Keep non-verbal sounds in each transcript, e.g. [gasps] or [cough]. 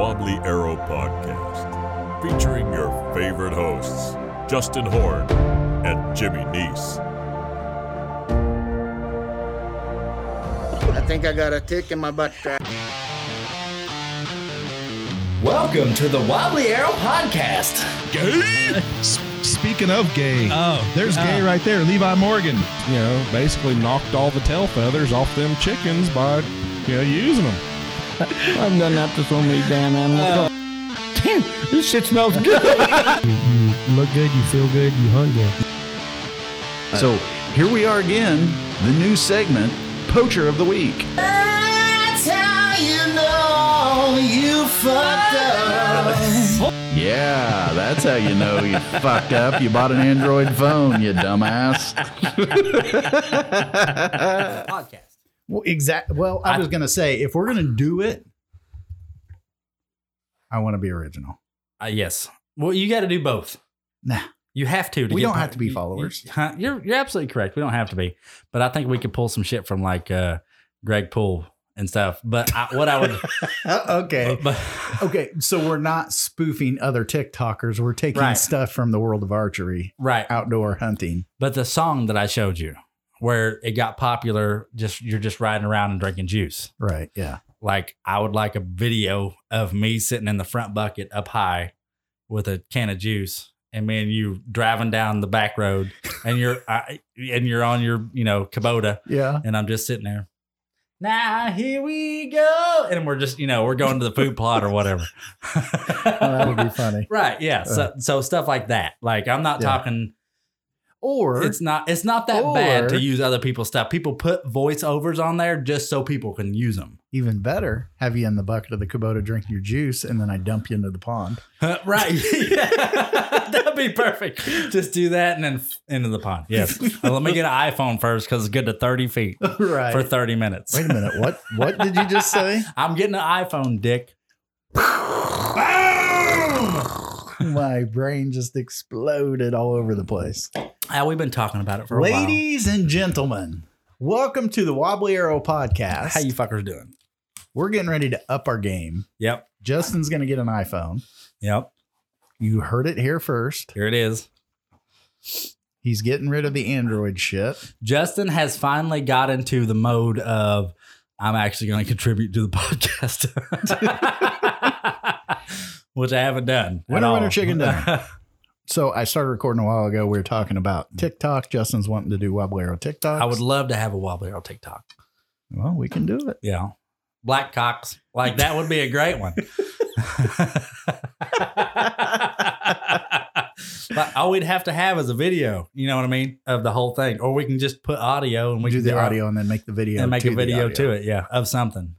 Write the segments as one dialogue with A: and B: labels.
A: Wobbly Arrow Podcast, featuring your favorite hosts, Justin Horn and Jimmy Neese.
B: I think I got a tick in my butt. crack.
C: Welcome to the Wobbly Arrow Podcast.
D: Speaking of gay, there's gay right there. Levi Morgan, you know, basically knocked all the tail feathers off them chickens by, you know, using them.
B: I've done that to so many damn animals. Damn, this shit smells good.
E: look good, you feel good, you hunt good.
F: So here we are again, the new segment, Poacher of the Week. Yeah, that's how you know you fucked up. You bought an Android phone, you dumbass.
G: podcast.
F: Well, exactly. Well, I was going to say, if we're going to do it, I want to be original.
G: Uh, yes. Well, you got to do both.
F: Nah.
G: You have to. to
F: We
G: get
F: don't
G: po-
F: have to be
G: you- you-
F: followers.
G: [laughs] huh? You're, you're absolutely correct. We don't have to be. But I think we could pull some shit from like uh, Greg Poole and stuff. But I, what I would,
F: [laughs]
G: [laughs]
F: Uh, okay.
G: but
F: Okay. So we're not spoofing other TikTokers. We're taking
G: Right.
F: stuff from the world of archery,
G: right.
F: outdoor hunting.
G: But the song that I showed you, where it got popular, just you're just riding around and drinking juice.
F: Right. Yeah.
G: Like I would like a video of me sitting in the front bucket up high with a can of juice, and me and you driving down the back road, and
F: [laughs]
G: you're I, and you're on your you know Kubota,
F: Yeah.
G: and I'm just sitting there. Now here we go, and we're just you know we're going to the food plot or
F: [laughs]
G: whatever.
F: [laughs] That would be funny.
G: [laughs] right? Yeah. So so stuff like that. Like I'm not
F: Yeah.
G: talking.
F: Or
G: It's not it's not that bad to
F: Or-
G: use other people's stuff. People put voiceovers on there just so people can use them.
F: even better, have you in the bucket of the Kubota drinking your juice, and then I dump you into the pond.
G: right? [laughs] That'd be perfect. Just do that and then f- into the pond. Yes. Uh, let me get an iPhone first because it's good to thirty feet
F: [laughs] right.
G: for thirty minutes.
F: Wait a minute. What? What did you just [laughs] say?
G: I'm getting an iPhone, Dick.
F: My brain just exploded all over the place.
G: Ah, we've been talking about it for a while.
F: Ladies and gentlemen, welcome to the Wobbly Arrow Podcast.
G: How you fuckers doing?
F: We're getting ready to up our game.
G: Yep.
F: Justin's going to get an iPhone.
G: Yep.
F: You heard it here first.
G: Here it is.
F: He's getting rid of the Android shit.
G: Justin has finally got into the mode of I'm actually going to contribute to the [laughs] podcast, which I haven't done.
F: Winner,
G: at
F: winner,
G: all.
F: chicken dinner. So I started recording a while ago. We were talking about TikTok. Justin's wanting to do Wobbly Arrow TikTok.
G: [laughs] I would love to have a wobbly arrow TikTok.
F: Well, we can do it.
G: Yeah. Black cocks. Like that would be a great
F: [laughs]
G: one. like all we'd have to have is a video, you know what I mean, of the whole thing. Or we can just put audio and we
F: We do
G: can
F: the audio and then make the video.
G: and make
F: to
G: a
F: the
G: video
F: audio.
G: to it. Yeah, of something.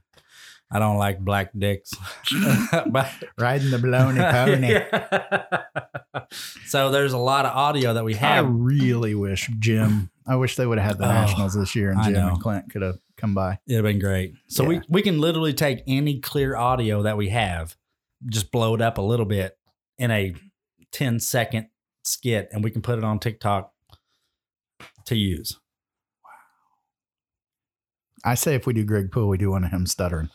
G: I don't like black
F: [laughs]
G: dicks. but,
F: Riding the baloney
G: [laughs]
F: pony.
G: so there's a lot of audio that we
F: I
G: have.
F: really wish Jim. I wish they would have had the
G: Oh,
F: Nationals this year, and
G: I
F: Jim
G: know.
F: and Clint could have come by.
G: It'd have been great. So we,
F: Yeah.
G: we can literally take any clear audio that we have, just blow it up a little bit in a 10 second skit, and we can put it on TikTok to use.
F: I say if we do Greg Poole, we do one of him stuttering.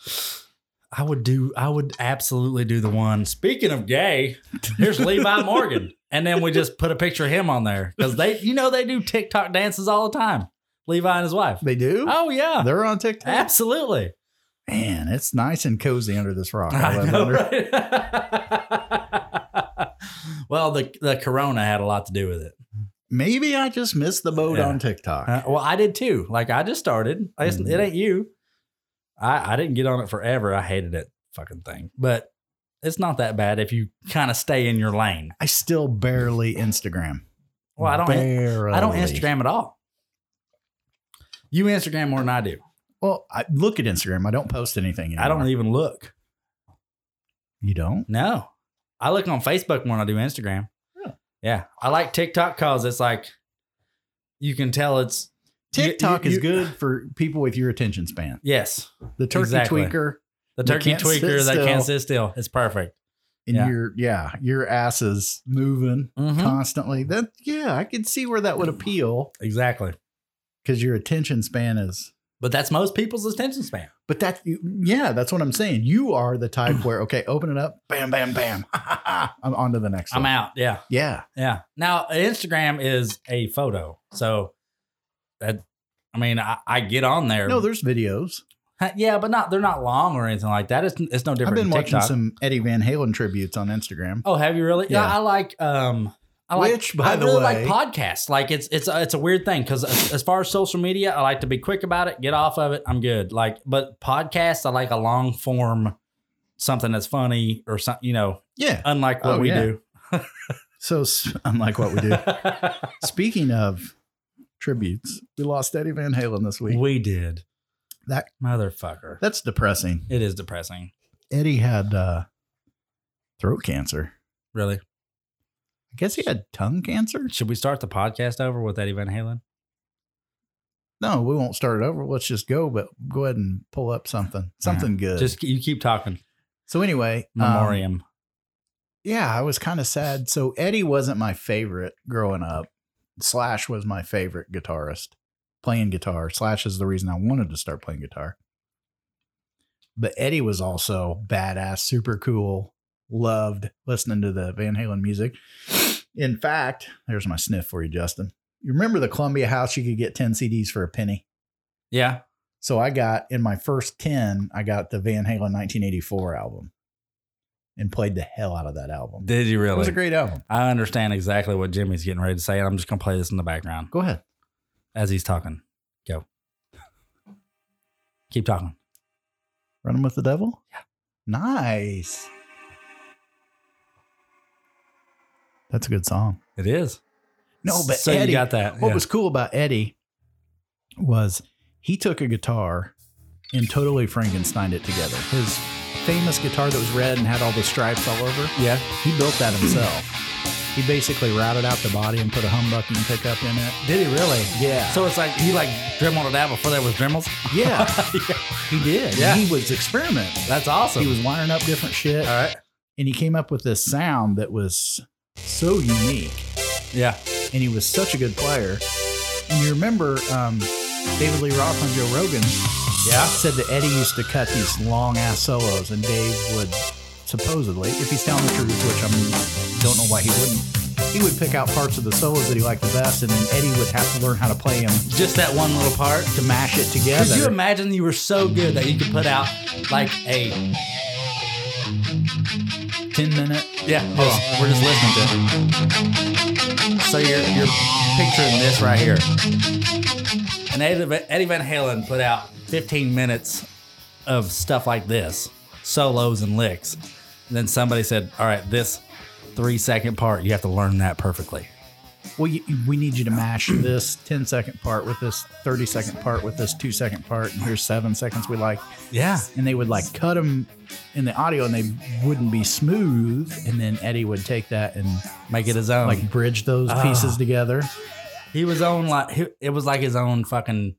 G: I would do. I would absolutely do the one. Speaking of gay, here's Levi Morgan, and then we just put a picture of him on there because they, you know, they do TikTok dances all the time. Levi and his wife.
F: They do.
G: Oh yeah,
F: They're on TikTok.
G: absolutely.
F: Man, it's nice and cozy under this rock. I love
G: [laughs] I know,
F: under-
G: right? [laughs] well, the the corona had a lot to do with it.
F: Maybe I just missed the boat
G: Yeah.
F: on TikTok.
G: Uh, well, I did too. Like I just started. I just,
F: Mm-hmm.
G: It ain't you. I I didn't get on it forever. I hated that fucking thing, but it's not that bad if you kind of stay in your lane.
F: I still barely Instagram.
G: Well, I don't.
F: Barely.
G: I don't Instagram at all. You Instagram more than I do.
F: Well, I look at Instagram. I don't post anything. Anymore.
G: I don't e- even look.
F: You don't.
G: No, I look on Facebook more than I do Instagram.
F: Really?
G: Yeah, I like TikTok because it's like you can tell it's You-
F: TikTok
G: you-
F: is
G: you-
F: good for people with your attention span.
G: yes
F: The turkey
G: Exactly.
F: tweaker
G: the
F: They
G: turkey
F: can't sit
G: tweaker that
F: still.
G: can't sit still. It's perfect.
F: and
G: Yeah.
F: your yeah your ass is moving
G: Mhm.
F: constantly that yeah i could see where that would appeal
G: Exactly.
F: because your attention span is
G: But that's most people's attention span.
F: But that, yeah, that's what I'm saying. You are the
G: [clears throat]
F: type where, okay, open it up, bam, bam, bam. [laughs] I'm on to the next
G: I'm
F: one.
G: out. Yeah.
F: Yeah.
G: Yeah. Now Instagram is a photo, so that I mean I, I get on there.
F: No, there's videos.
G: yeah, but not they're not long or anything like that. It's it's no different.
F: I've been
G: than
F: watching
G: TikTok.
F: some Eddie Van Halen tributes on Instagram.
G: Oh, have you really? Yeah,
F: Yeah.
G: I like. Um, I like.
F: Which, by
G: I
F: the
G: really
F: way-
G: like podcasts. Like it's it's a, it's a weird thing because as, as far as social media, I like to be quick about it, get off of it. I'm good. Like, but podcasts, I like a long form, something that's funny or something. You know,
F: Yeah.
G: unlike what
F: Oh,
G: we
F: yeah.
G: do.
F: So, s- [laughs] unlike what we
G: [laughs]
F: do, speaking of tributes, we lost Eddie Van Halen this week.
G: we did
F: That-
G: motherfucker.
F: That's depressing.
G: It is depressing.
F: Eddie had uh, throat cancer.
G: Really?
F: I guess he had tongue cancer.
G: Should we start the podcast over with Eddie Van Halen?
F: No, we won't start it over. Let's just go, but go ahead and pull up something, something good. Um,
G: Just you keep talking.
F: so anyway, um,
G: Memoriam.
F: yeah, I was kind of sad. So Eddie wasn't my favorite growing up. Slash was my favorite guitarist playing guitar. Slash is the reason I wanted to start playing guitar. But Eddie was also badass, super cool, loved listening to the Van Halen music. In fact, there's my sniff for you, Justin. You remember the Columbia House? You could get 10 CDs for a penny.
G: yeah.
F: So I got in my first 10, I got the Van Halen 1984 album and played the hell out of that album.
G: Did you
F: It was
G: really?
F: a great album.
G: I understand exactly what Jimmy's getting ready to say, and I'm just gonna play this in the background
F: Go ahead.
G: as he's talking. Go. Keep talking.
F: Running with the Devil? Yeah. Nice. That's a good song.
G: It is.
F: No, but
G: so
F: Eddie,
G: you got that.
F: what
G: yeah.
F: was cool about Eddie was he took a guitar and totally Frankensteined it together. His famous guitar that was red and had all the stripes all over.
G: yeah.
F: He built that himself. he basically routed out the body and put a humbucking pickup in it.
G: Did he really?
F: Yeah.
G: So it's like he like dremeled it out before there was dremels.
F: [laughs] Yeah, he did.
G: Yeah.
F: He was experimenting.
G: That's awesome.
F: He was wiring up different shit.
G: All right.
F: And he came up with this sound that was so unique.
G: Yeah.
F: And he was such a good player. And you remember um, David Lee Roth on Joe Rogan
G: Yeah.
F: said that Eddie used to cut these long ass solos, and Dave would supposedly, if he's telling the truth, which I don't know why he wouldn't, he would pick out parts of the solos that he liked the best, and then Eddie would have to learn how to play them
G: Just that one little part.
F: to mash it together.
G: Could you imagine you were so good that you could put out like a
F: 10 minute.
G: yeah? Hold on, we're just listening to. It. So you're you're picturing this right here, and Eddie Van, Eddie Van Halen put out 15 minutes of stuff like this, solos and licks. And then somebody said, "All right, this three second part, you have to learn that perfectly."
F: Well, you, we need you to mash this 10 second part with this 30 second part with this two second part, and here's seven seconds we like.
G: Yeah,
F: And they would like cut them in the audio, and they wouldn't be smooth. And then Eddie would take that and
G: make it his own.
F: like bridge those pieces together.
G: He was on like he, it was like his own fucking.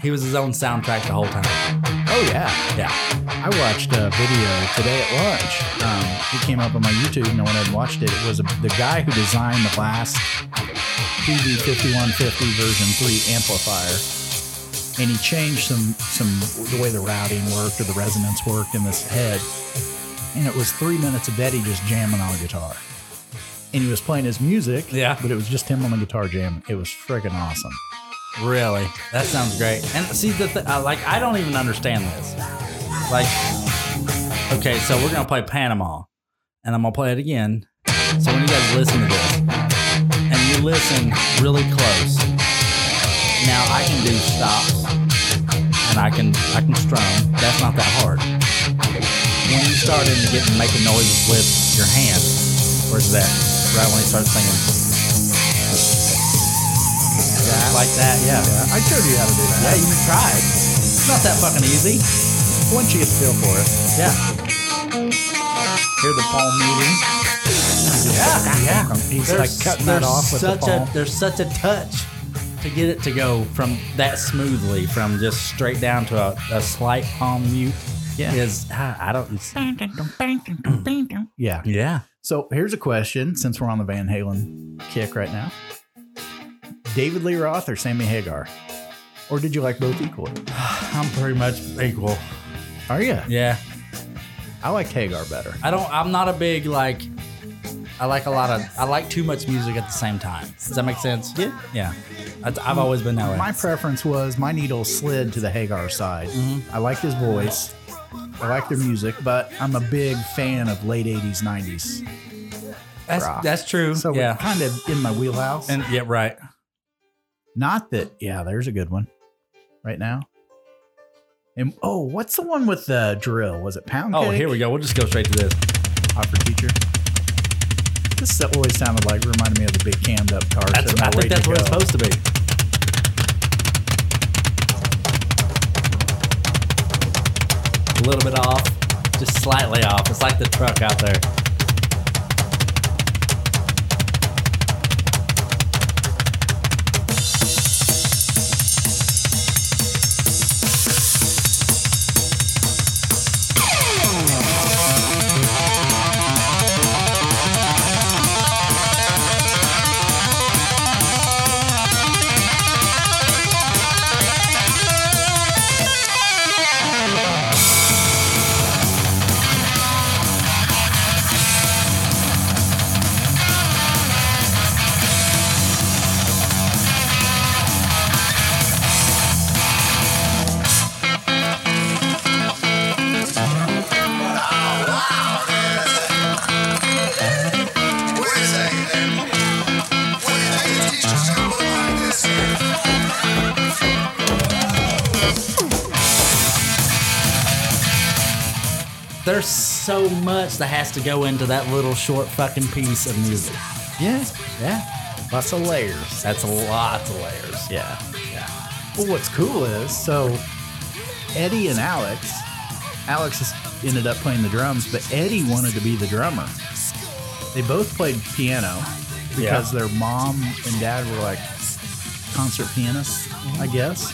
G: He was his own soundtrack the whole time.
F: Oh yeah,
G: Yeah.
F: I watched a video today at lunch. Um, it came up on my YouTube, and I went ahead and watched it. It was a, the guy who designed the last PV5150 version three amplifier, and he changed some some the way the routing worked or the resonance worked in this head, and it was three minutes of Eddie just jamming on a guitar. And he was playing his music,
G: Yeah.
F: but it was just him on the guitar jamming. It was freaking awesome.
G: Really? That sounds great. And see the th- uh, like I don't even understand this. Like Okay, so we're going to play Panama and I'm going to play it again. So when you guys listen to this and you listen really close. Now I can do stops and I can I can strum. That's not that hard. When you start in to get making noises with your hands, where's that? Right when you start singing. Like that, yeah.
F: I showed you how to do
G: Yeah,
F: that.
G: you tried. It's not that fucking easy.
F: Once you get a feel for it.
G: Yeah. Hear the palm meeting. Yeah, yeah.
F: He's like cutting that off with the
G: such
F: palm.
G: a there's such a touch to get it to go from that smoothly, from just straight down to a, a slight palm mute.
F: Yeah.
G: Is ah, I don't. It's,
F: Yeah.
G: yeah.
F: So here's a question since we're on the Van Halen kick right now David Lee Roth or Sammy Hagar? Or did you like both equally?
G: I'm pretty much equal.
F: Are you?
G: Yeah.
F: I liked Hagar better.
G: I don't. I'm not a big like. I like a lot of. I like too much music at the same time. Does that make sense? Yeah. Yeah. That's, I've always been that way.
F: My preference was my needle slid to the Hagar side.
G: Mm-hmm.
F: I liked his voice. I like their music, but I'm a big fan of late 80s, 90s.
G: that's
F: rock.
G: that's true.
F: So
G: yeah.
F: we're kind of in my wheelhouse.
G: And yeah, right.
F: Not that, yeah, there's a good one right now. And oh, what's the one with the drill? Was it pound?
G: Oh,
F: Cake?
G: here we go. We'll just go straight to this.
F: Hot for teacher. This always sounded like reminded me of the big cammed up car.
G: That's,
F: sitting
G: I
F: there
G: think
F: waiting
G: that's
F: to
G: where it's
F: go.
G: supposed to be. A little bit off, just slightly off. It's like the truck out there. There's so much that has to go into that little short fucking piece of music.
F: Yeah, yeah. Lots of layers.
G: That's lots of layers.
F: Yeah, yeah. Well, what's cool is so Eddie and Alex. Alex has ended up playing the drums, but Eddie wanted to be the drummer. They both played piano because their mom and dad were like concert pianists, I guess.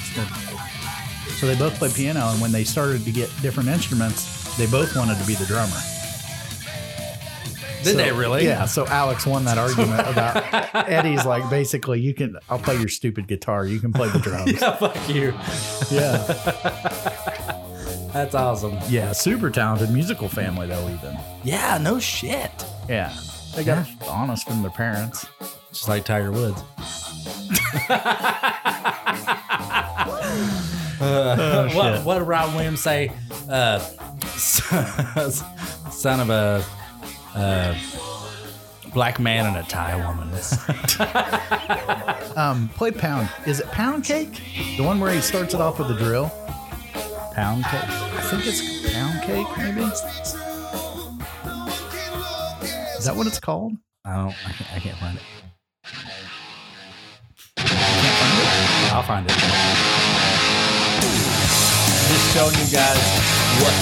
F: So they both played piano, and when they started to get different instruments, they both wanted to be the drummer.
G: Did
F: So-
G: they really?
F: Yeah. So Alex won that
G: [laughs]
F: argument about Eddie's like basically you can I'll play your stupid guitar, you can play
G: [laughs]
F: the drums.
G: Yeah, [laughs] fuck you.
F: yeah.
G: That's awesome.
F: Yeah. Super talented musical family though, even.
G: Yeah, no shit.
F: Yeah. They got it honest from their parents.
G: Just like Tiger Woods. [laughs] Uh, what, what did Robin Williams say? Uh, [laughs] son of a uh, black man and a Thai woman. [laughs]
F: Um, play pound. Is it pound cake? The one where he starts it off with the drill? Pound cake. I think it's pound cake, maybe. Is that what it's called?
G: I don't. I can't, I can't find it. I'll find it. Just showing you guys what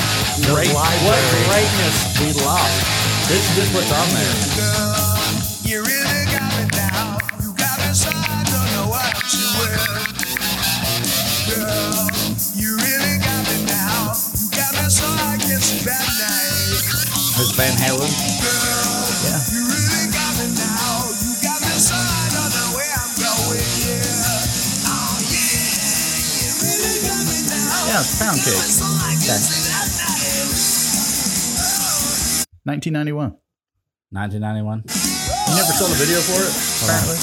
G: great, what greatness we lost. This is just what's on there.
H: You really got me down. You got me so I don't know what to do. Girl, you really got me down. You got me so I can't sleep at night.
G: This Van Halen.
H: You really got me now. You got me so I don't know where I'm going. Yeah. Oh yeah. You really got me now.
F: Yeah, it's pound
H: Got me
F: cake.
H: so I can't sleep at night.
F: 1991.
G: 1991. I'm
F: You never saw the video for it? Apparently.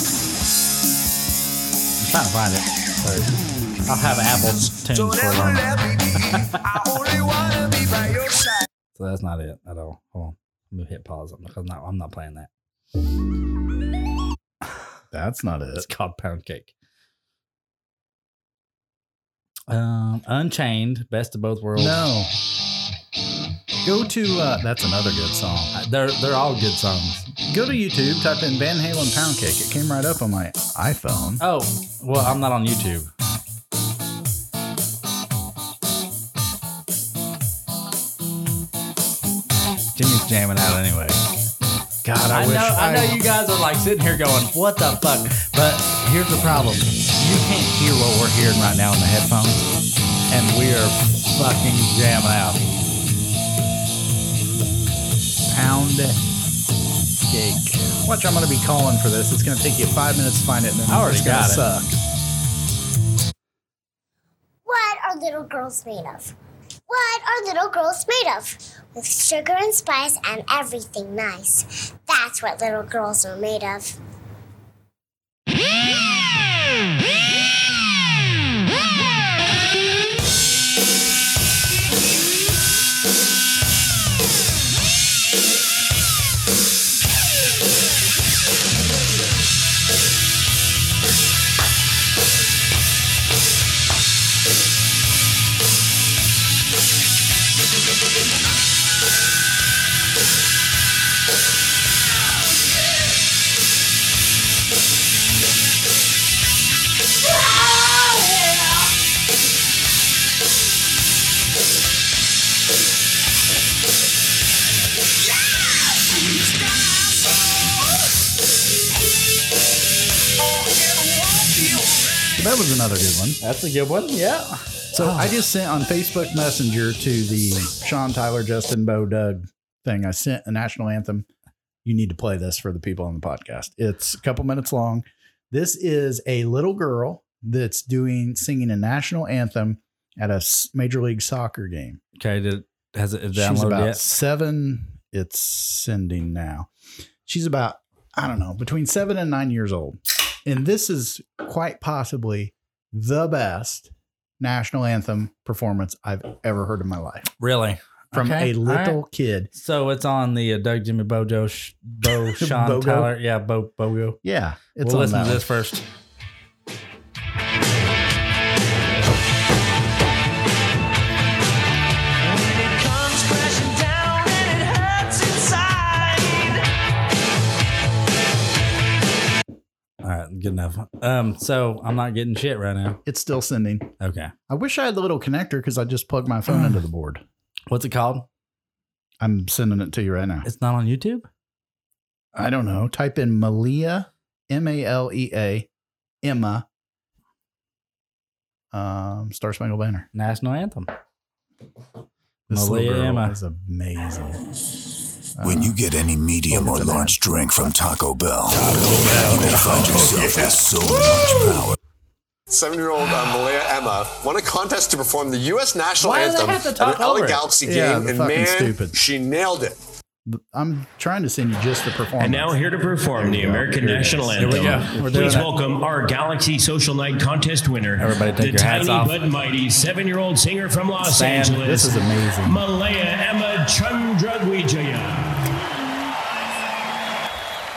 G: trying to find it. Sorry. I'll have Apple tunes
H: Don't
G: for
H: ever
G: them.
H: let me be. I only wanna be by your side.
G: So that's not it at all. Hold on. I'm gonna hit pause because I'm not, I'm not playing that.
F: That's not it.
G: It's called pound cake. Um, Unchained, best of both worlds.
F: No. Go to uh, that's another good song.
G: Uh, They're they're all good songs.
F: Go to YouTube, type in Van Halen Pound Cake. It came right up on my iPhone.
G: Oh, well, I'm not on YouTube. Jimmy's jamming out anyway.
F: God, I,
G: I,
F: wish
G: know, I know you guys are like sitting here going, "What the fuck?" But here's the problem: you can't hear what we're hearing right now in the headphones, and we are fucking jamming out.
F: Pound Cake. Watch, I'm gonna be calling for this. It's gonna take you five minutes to find it, and then
G: I already
F: it's gonna
G: got it.
F: suck.
I: are little girls made of? What are little girls made of? With sugar and spice and everything nice. That's what little girls are made of.
F: That was another good one.
G: That's a good one. Yeah.
F: So I just sent on Facebook Messenger to the Sean Tyler, Justin, Bo, Doug thing. I sent a national anthem. You need to play this for the people on the podcast. It's a couple minutes long. This is a little girl that's doing singing a national anthem at a s- major league soccer game.
G: Okay. Did has it
F: She's
G: downloaded
F: about
G: yet?
F: seven. It's sending now. She's about, I don't know, between seven and nine years old. And this is quite possibly the best national anthem performance I've ever heard in my life
G: Really?
F: from
G: Okay,
F: a
G: all
F: little
G: right.
F: kid.
G: So it's on the uh, Doug Jimmy Bojo sh-
F: [laughs]
G: Bo Sean
F: Bogo?
G: Tyler. Yeah, Bo Bogo.
F: Yeah. It's
G: we'll
F: on
G: listen
F: that
G: to
F: one.
G: this first.
H: comes crashing down and it hurts inside.
G: All right, good enough. Um, so I'm not getting shit right now.
F: It's still sending.
G: Okay.
F: I wish I had the little connector because I just plugged my phone into
G: [sighs]
F: the board.
G: What's it called?
F: I'm sending it to you right now.
G: It's not on YouTube.
F: I don't know. Type in Malia, M A L E A, Emma, um, Star Spangled Banner.
G: National anthem.
F: This
G: Malia
F: little girl
G: Emma.
F: is amazing.
J: When you get any medium or large drink from Taco Bell, you may find yourself with so much power.
K: Seven year old uh, Malaya Emma won a contest to perform the U.S. national
G: Why do they
K: anthem
G: have to
K: at
G: talk
K: an LA
G: over it?
K: Galaxy
F: Yeah,
K: game,
F: they're
K: and
F: fucking
K: man,
F: stupid.
K: she nailed it.
F: I'm trying to send you just the performance.
J: And now here to perform the American national anthem.
G: Here we go. We're doing
J: Please
G: it.
J: welcome our Galaxy Social Night contest winner,
G: Everybody take
J: the
G: your hats
J: tiny
G: off.
J: but mighty seven-year-old singer from Los
G: Sam,
J: Angeles.
F: this is amazing.
J: Malaya Emma Chandragwijaya.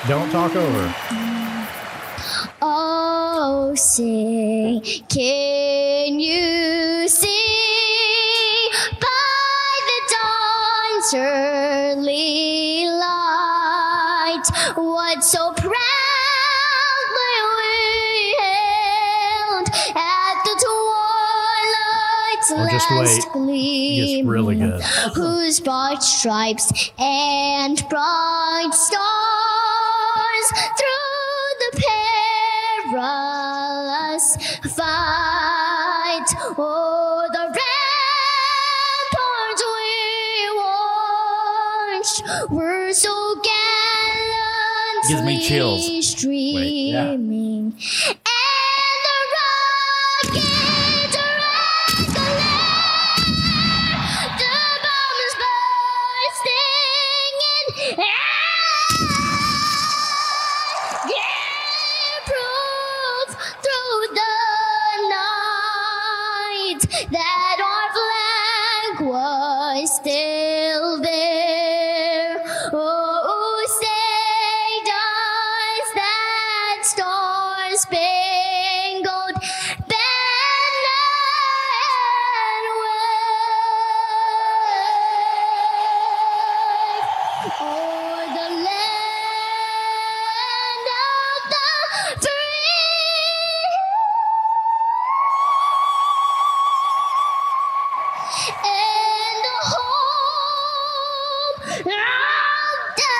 F: Don't talk over.
I: Oh, sing, can you see by the dawn's early light what so proudly we hailed at the twilight's
F: Oh, just
I: last
F: wait.
I: gleam?
F: It's really good.
I: [laughs] whose broad stripes and bright stars through the perilous fight o'er the ramparts we watched were so gallantly
G: Gives me chills.
I: streaming. And the rockets are the bomb is bursting in proof through the night that our flag was still there. Oh, say does that star-spangled banner wave? O'er the land of the free and the home of the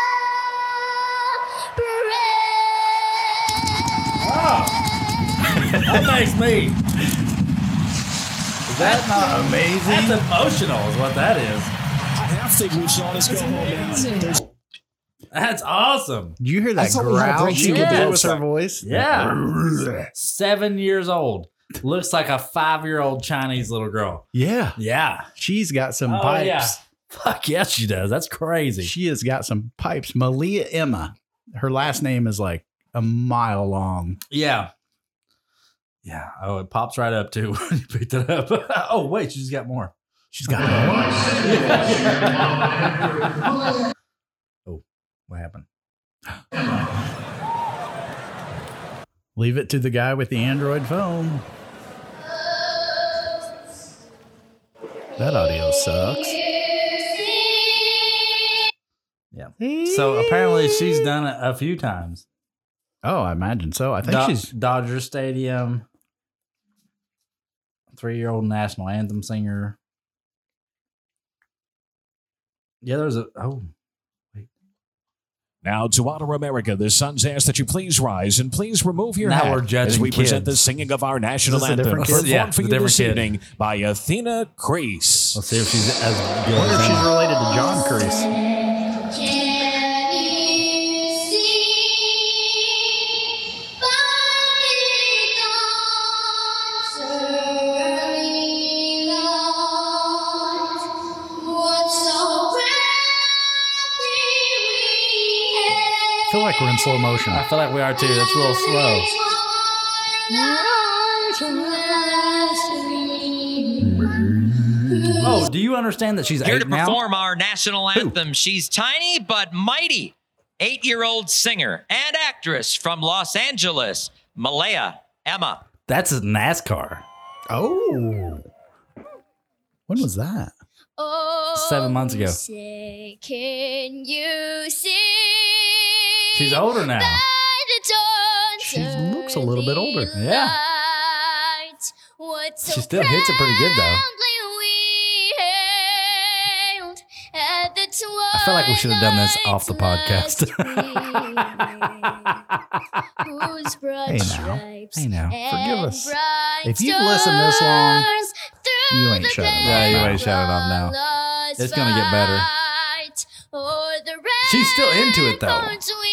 I: brave.
G: That makes me. Is that not amazing? That's emotional, is what that is.
J: I think we should all just go home now.
G: That's awesome.
F: Do you hear that growl she
G: Yeah.
F: did with her voice?
G: Yeah. Seven years old. Looks like a five year old Chinese little girl.
F: Yeah.
G: Yeah.
F: She's got some
G: Oh,
F: pipes.
G: yeah. Fuck yes, she does. That's crazy.
F: She has got some pipes. Malia Emma. Her last name is like a mile long.
G: Yeah. Yeah. Oh, it pops right up too [laughs] when you picked it up. oh, wait, she's got more.
F: She's got more.
G: [laughs] oh, what happened?
F: Leave it to the guy with the Android phone. That audio sucks.
G: Yeah. So apparently she's done it a few times.
F: Oh, I imagine so. I think
G: Do-
F: she's
G: Dodger Stadium, three year old national anthem singer. Yeah, there's a oh
L: Now, to honor America, the sons ask that you please rise and please remove your
G: Now
L: hat
G: we're judging
L: as we present
G: kids.
L: the singing of our national
G: Is this a
L: anthem
G: different kid?
L: performed
G: Yeah,
L: for you
G: the different
L: this
G: kid.
L: evening by Athena Crease.
G: Let's see if she's as
F: good Wonder if as she's Emma. related to John Kreese. I feel like we're in slow motion.
G: I feel like we are too. That's a little slow. Oh, do you understand that she's
M: Here
G: eight
M: to
G: now?
M: perform our national anthem. She's tiny but mighty. Eight year old singer and actress from Los Angeles, Malaya Emma.
G: That's a NASCAR.
F: Oh. When was that?
G: Seven months ago.
N: Say, Oh, can you see?
G: She's older now.
N: She
F: looks a little bit older.
G: Yeah.
N: What's
G: She still hits it pretty good though.
N: at the
G: I feel like we should have done this off the podcast. [laughs]
N: Who's broad
F: Hey now.
N: stripes
F: Hey now. Forgive
N: and
F: us.
N: bright
F: If you've listened this long,
N: stars
F: you ain't shutting up.
G: yeah, you ain't shut it off now. It's gonna get better.
N: light or the
G: She's still into it though.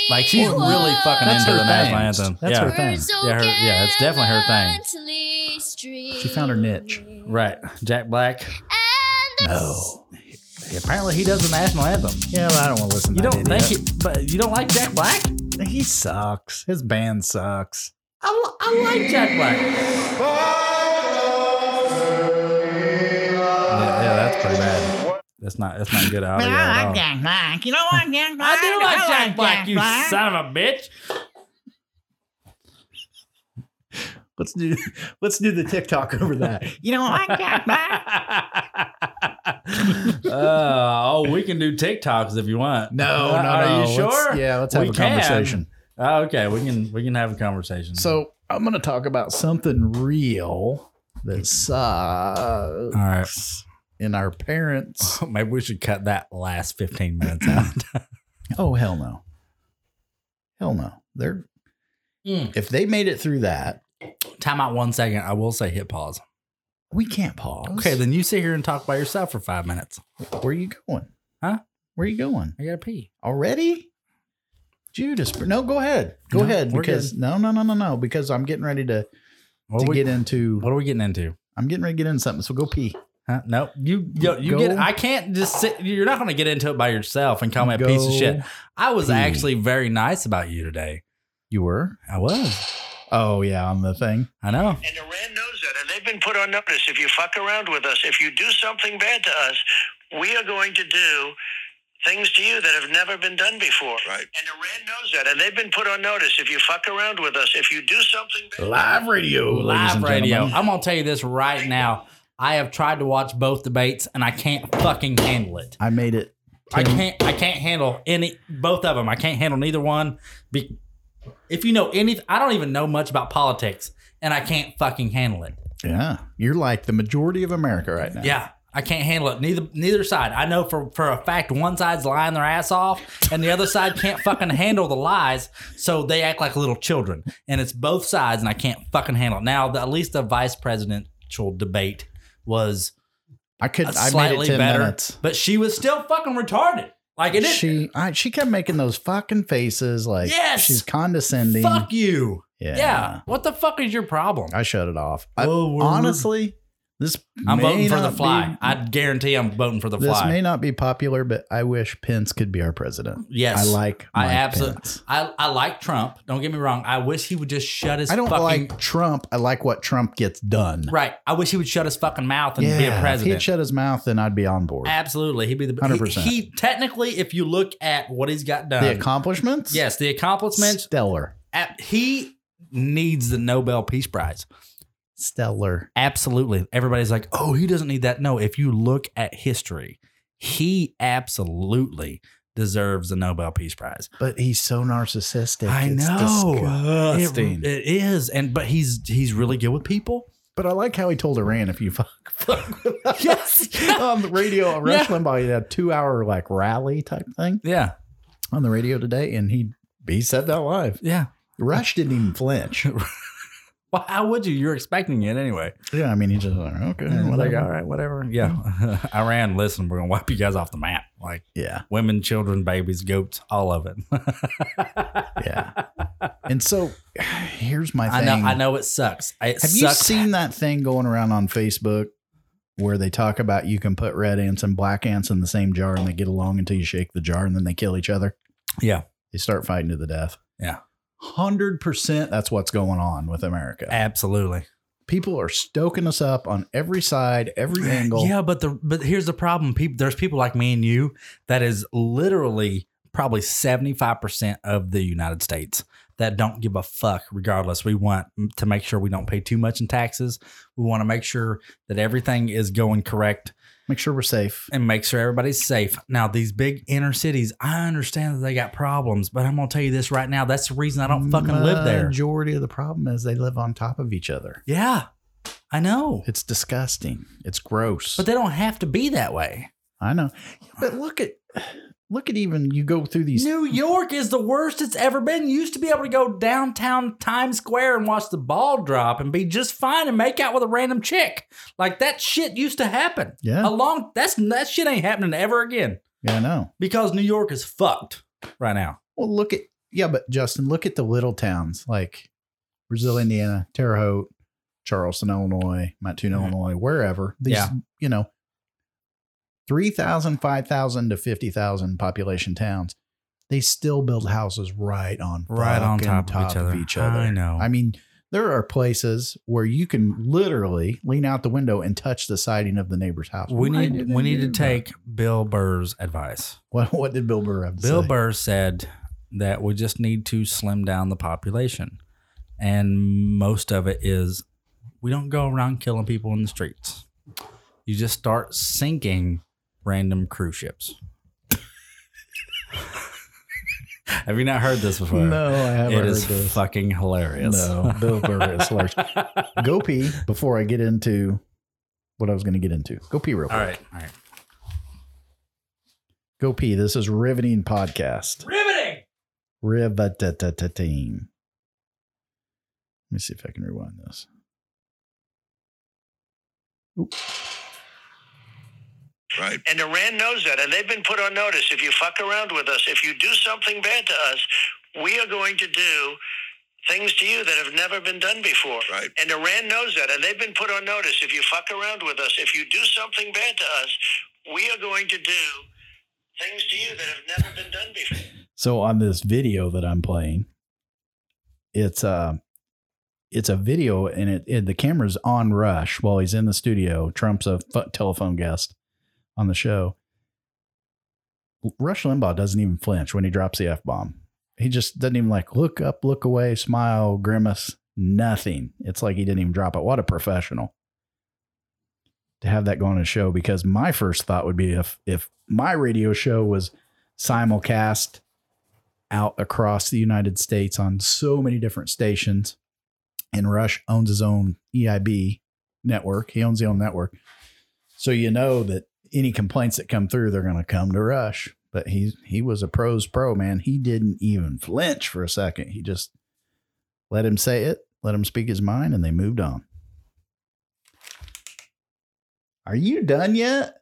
G: Like she's really fucking
F: That's
G: into
F: her
G: the national
F: thing.
G: anthem.
F: That's
G: yeah.
F: her thing.
G: Yeah, her, yeah, it's definitely her thing.
N: red street.
F: She found her niche.
G: Right. Jack Black.
F: No.
G: Apparently he does the national anthem.
F: Yeah, well, I don't want to listen
G: You
F: to
G: don't
F: that
G: think
F: idiot.
G: he, but you don't like Jack Black?
F: He sucks. His band sucks.
G: I, li- I like Jack Black. Yeah, yeah, that's pretty bad. That's not that's not good audio at all.
B: Jack Black. You know what, Jack Black?
G: I do like Jack Black, you son of a bitch.
F: Let's do [laughs] let's do the TikTok over that.
B: You know what, [laughs] Jack Black?
G: [laughs] Uh, oh, we can do TikToks if you want. [laughs]
F: No,
G: Uh,
F: no,
G: Are
F: no.
G: you sure?
F: Let's- yeah, let's
G: We
F: have a conversation.
G: Oh, okay, we can we can have a conversation.
F: So I'm gonna talk about something real that sucks in our parents.
G: [laughs] Maybe we should cut that last 15 minutes out.
F: oh hell no. Hell no. They're
G: Hmm.
F: if they made it through that.
G: [laughs] Time out one second. I will say hit pause.
F: We can't pause.
G: Okay, then you sit here and talk by yourself for five minutes.
F: Where are you going?
G: Huh?
F: Where are you going?
G: I gotta pee.
F: Already? Judas. No, go ahead. Go
G: No,
F: ahead.
G: we're
F: Because no, no, no, no, no. Because I'm getting ready to,
G: What
F: to
G: are we-
F: get into
G: What are we getting into?
F: I'm getting ready to get into something. So go pee.
G: Huh? Nope. You yo, you
F: Go-
G: get I can't just sit you're not gonna get into it by yourself and call me a piece of
F: Go
G: shit. I was
F: pee.
G: actually very nice about you today.
F: You were?
G: I was.
F: Oh yeah, on the thing.
G: I know.
O: And they've been put on notice. If you fuck around with us, if you do something bad to us, we are going to do things to you that have never been done before. Right. And Iran knows that. And they've been put on notice. If you fuck around with us, if you do something bad.
F: Live radio. ladies
G: Live
F: and
G: radio.
F: gentlemen.
G: I'm gonna tell you this right now. I have tried to watch both debates and I can't fucking handle it.
F: I made it.
G: I can't. I can't handle any both of them. I can't handle neither one. Be, if you know anything, I don't even know much about politics, and I can't fucking handle it.
F: Yeah. You're like the majority of America right now.
G: Yeah, I can't handle it. Neither neither side. I know for for a fact one side's lying their ass off, and the other side can't fucking handle the lies, so they act like little children. And it's both sides, and I can't fucking handle it. Now, the, at least the vice presidential debate was
F: I could I made it
G: slightly
F: ten
G: better,
F: minutes.
G: but she was still fucking retarded. Like it is.
F: She I, she kept making those fucking faces like
G: Yes!
F: she's condescending.
G: Fuck you.
F: Yeah.
G: What the fuck is your problem?
F: I shut it off. I, honestly, this
G: I'm
F: may
G: voting for the
F: not
G: fly.
F: be-
G: I guarantee I'm voting for the
F: this
G: fly.
F: may not be popular, but I wish Pence could be our president.
G: Yes.
F: I like.
G: I
F: Mike
G: absolutely
F: Pence.
G: I, I like Trump. Don't get me wrong. I wish he would just shut his
F: I don't
G: fucking
F: like Trump. I like what Trump gets done.
G: Right. I wish he would shut his fucking mouth and
F: yeah,
G: be a
F: If he'd
G: president.
F: shut his mouth, then I'd be on board.
G: Absolutely. He'd be the
F: 100%.
G: He, he technically, if you look at what he's got done,
F: the accomplishments,
G: uh, yes, the accomplishments,
F: stellar,
G: ab- he needs the Nobel Peace Prize.
F: stellar.
G: Absolutely. Everybody's like, oh, he doesn't need that. No, if you look at history, he absolutely deserves the Nobel Peace Prize.
F: But he's so narcissistic.
G: I
F: It's
G: know. It-
F: disgusting.
G: it is. And but he's he's really good with people.
F: But I like how he told Iran if you fuck
G: yes.
F: [laughs] on
G: [laughs]
F: the radio, Rush Limbaugh, he had a two hour like rally type thing
G: Yeah.
F: on the radio today, and he he said that live.
G: Yeah.
F: Rush didn't
G: [laughs]
F: even flinch.
G: Well, how would you? You're expecting it anyway.
F: yeah, I mean, he just like, okay,
G: Like,
F: whatever.
G: all right, whatever. Yeah. [laughs] Iran, listen, we're gonna wipe you guys off the map. Like
F: Yeah,
G: women, children, babies, goats, all of it. [laughs]
F: yeah. And so [sighs] here's my
G: I
F: thing.
G: know I know it sucks. It
F: Have you
G: sucks.
F: seen that thing going around on Facebook where they talk about you can put red ants and black ants in the same jar and they get along until you shake the jar and then they kill each other?
G: yeah.
F: They start fighting to the death.
G: Yeah.
F: 100% that's what's going on with America.
G: Absolutely.
F: People are stoking us up on every side, every angle.
G: Yeah, but the but here's the problem. People there's people like me and you that is literally probably 75% of the United States that don't give a fuck regardless. We want to make sure we don't pay too much in taxes. We want to make sure that everything is going correct
F: Make sure we're safe.
G: and make sure everybody's safe. Now, these big inner cities, I understand that they got problems, but I'm going to tell you this right now. That's the reason I don't fucking live there.
F: Majority of the problem is they live on top of each other.
G: Yeah. I know.
F: It's disgusting. It's gross.
G: But they don't have to be that way.
F: I know. But look at look at even you go through these
G: New York is the worst it's ever been. You used to be able to go downtown Times Square and watch the ball drop and be just fine and make out with a random chick. Like that shit used to happen.
F: Yeah.
G: Along that's that shit ain't happening ever again
F: Yeah, I know.
G: because New York is fucked right now.
F: Well, look at yeah, but Justin, look at the little towns like Brazil, Indiana, Terre Haute, Charleston, Illinois, Mattoon, Illinois, wherever. These,
G: Mm-hmm. Yeah.
F: you know, 3,000, 5,000 to 50,000 population towns. They still build houses right on
G: Right on
F: fucking
G: top of each other. I know.
F: I mean, there are places where you can literally lean out the window and touch the siding of the neighbor's house.
G: We
F: Why
G: need
F: do they
G: we need to
F: do that?
G: take Bill Burr's advice.
F: [laughs] What, what did Bill Burr have to
G: Bill
F: say?
G: Burr said that we just need to slim down the population. And most of it is we don't go around killing people in the streets. You just start sinking random cruise ships. [laughs] Have you not heard this before?
F: No, I haven't
G: [laughs] It is
F: heard this.
G: fucking hilarious. [laughs]
F: No, Bill Burr is large. Go pee before I get into what I was going to get into. Go pee real quick.
G: All right. All right.
F: Go pee. This is riveting podcast.
G: Riveting.
F: Riveting. Let me see if I can rewind this.
O: Right. And Iran knows that, and they've been put on notice. If you fuck around with us, if you do something bad to us, we are going to do things to you that have never been done before. Right. And Iran knows that, and they've been put on notice. If you fuck around with us, if you do something bad to us, we are going to do things to you that have never been done before.
F: So on this video that I'm playing, it's a it's a video and it, it the camera's on Rush while he's in the studio. Trump's a fu- telephone guest on the show. Rush Limbaugh doesn't even flinch when he drops the f bomb. He just doesn't even like look up, look away, smile, grimace, nothing. It's like he didn't even drop it. What a professional to have that go on a show because my first thought would be if if my radio show was simulcast out across the United States on so many different stations and Rush owns his own EIB network. He owns his own network. So you know that any complaints that come through they're going to come to Rush, but he he was a pros pro man. He didn't even flinch for a second. He just let him say it, let him speak his mind and they moved on. Are you done yet?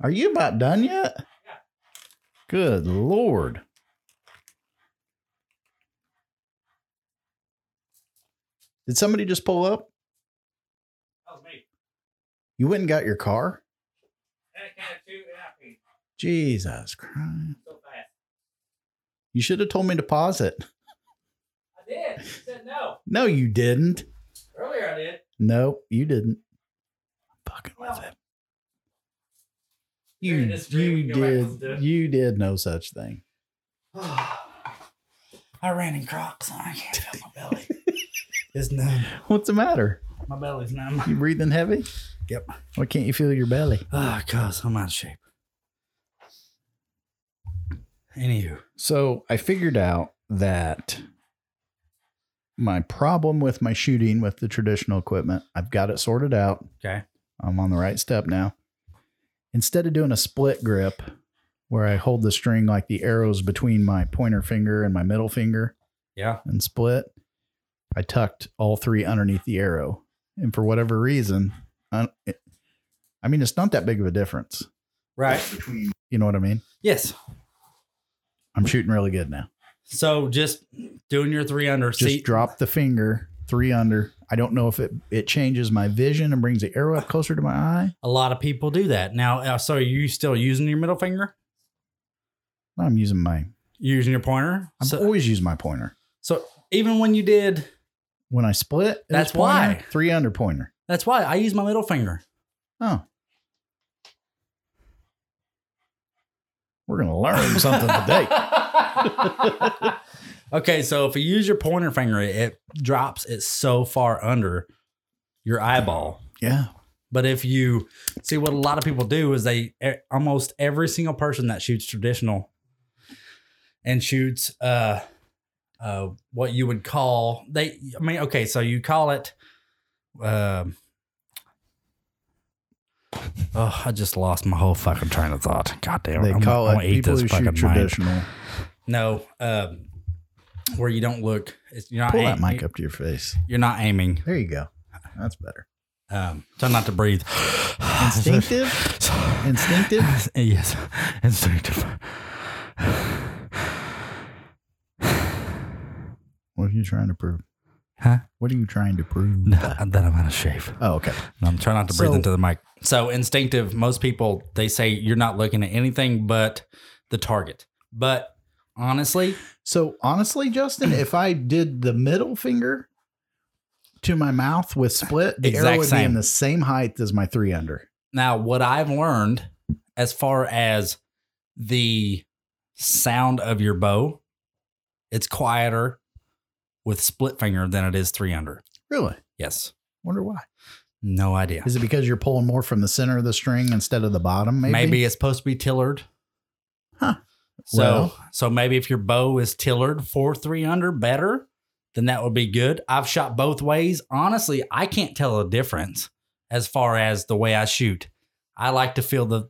F: Are you about done yet? Good lord. Did somebody just pull up? You went and got your car? Jesus Christ. You should have told me to pause it.
G: I did. You said no.
F: No, you didn't.
G: Earlier I did.
F: No, you didn't. You, you did. You did no such thing.
G: [sighs] I ran in Crocs. I can't feel my
F: [laughs]
G: belly. it's numb.
F: What's the matter?
G: My belly's
F: You
G: numb.
F: breathing heavy?
G: Yep.
F: Why can't you feel your belly?
G: Ah, cause I'm out of shape. Anywho.
F: So I figured out that my problem with my shooting with the traditional equipment, I've got it sorted out.
G: Okay.
F: I'm on the right step now. Instead of doing a split grip where I hold the string like the arrows between my pointer finger and my middle finger
G: Yeah.
F: and split, I tucked all three underneath the arrow. And for whatever reason, I, it- I mean, it's not that big of a difference.
G: Right.
F: You know what I mean?
G: Yes.
F: I'm shooting really good now.
G: So just doing your three under.
F: just
G: See,
F: drop the finger three under. I don't know if it it changes my vision and brings the arrow up closer to my eye.
G: a lot of people do that now. uh, So are you still using your middle finger?
F: I'm using my.
G: You're using your pointer.
F: I've always used my pointer.
G: So even when you did,
F: When I split, it was
G: That's
F: pointer,
G: why.
F: three under pointer.
G: that's why I use my middle finger.
F: [laughs] Oh, we're
G: [laughs]
F: gonna learn something today.
G: Okay, so if you use your pointer finger, it, it drops it so far under your eyeball.
F: Yeah,
G: But if you see what a lot of people do is they e- almost every single person that shoots traditional and shoots uh uh what you would call they I mean okay so you call it um oh I just lost my whole fucking train of thought god damn it
F: they
G: I'm gonna-
F: call
G: I'm
F: it
G: gonna eat
F: people
G: this
F: who
G: fucking
F: shoot
G: mic.
F: traditional.
G: no um where you don't look it's you're not
F: Pull that
G: aim-
F: mic up to your face.
G: you're not aiming
F: There you go.
G: [laughs]
F: That's better.
G: um try not to breathe
F: [gasps]
G: [sighs] [laughs]
F: Instinctive. [sighs] Instinctive.
G: yes instinctive
F: What are you trying to prove?
G: Huh?
F: What are you trying to prove?
G: that I'm out of shape.
F: Oh, okay.
G: And I'm trying not to breathe
F: So-
G: into the mic. So instinctive, most people they say you're not looking at anything but the target. But honestly,
F: So honestly, Justin, if I did the middle finger to my mouth with split, the
G: Exact
F: arrow would be
G: same.
F: in the same height as my three under.
G: now what I've learned as far as the sound of your bow, it's quieter with split finger than it is three under.
F: Really?
G: Yes.
F: Wonder why?
G: No idea.
F: Is it because you're pulling more from the center of the string instead of the bottom? Maybe.
G: Maybe, it's supposed to be tillered.
F: Huh.
G: So
F: Well-
G: so maybe if your bow is tillered for three under better, then that would be good. I've shot both ways. Honestly, I can't tell a difference as far as the way I shoot. I like to feel the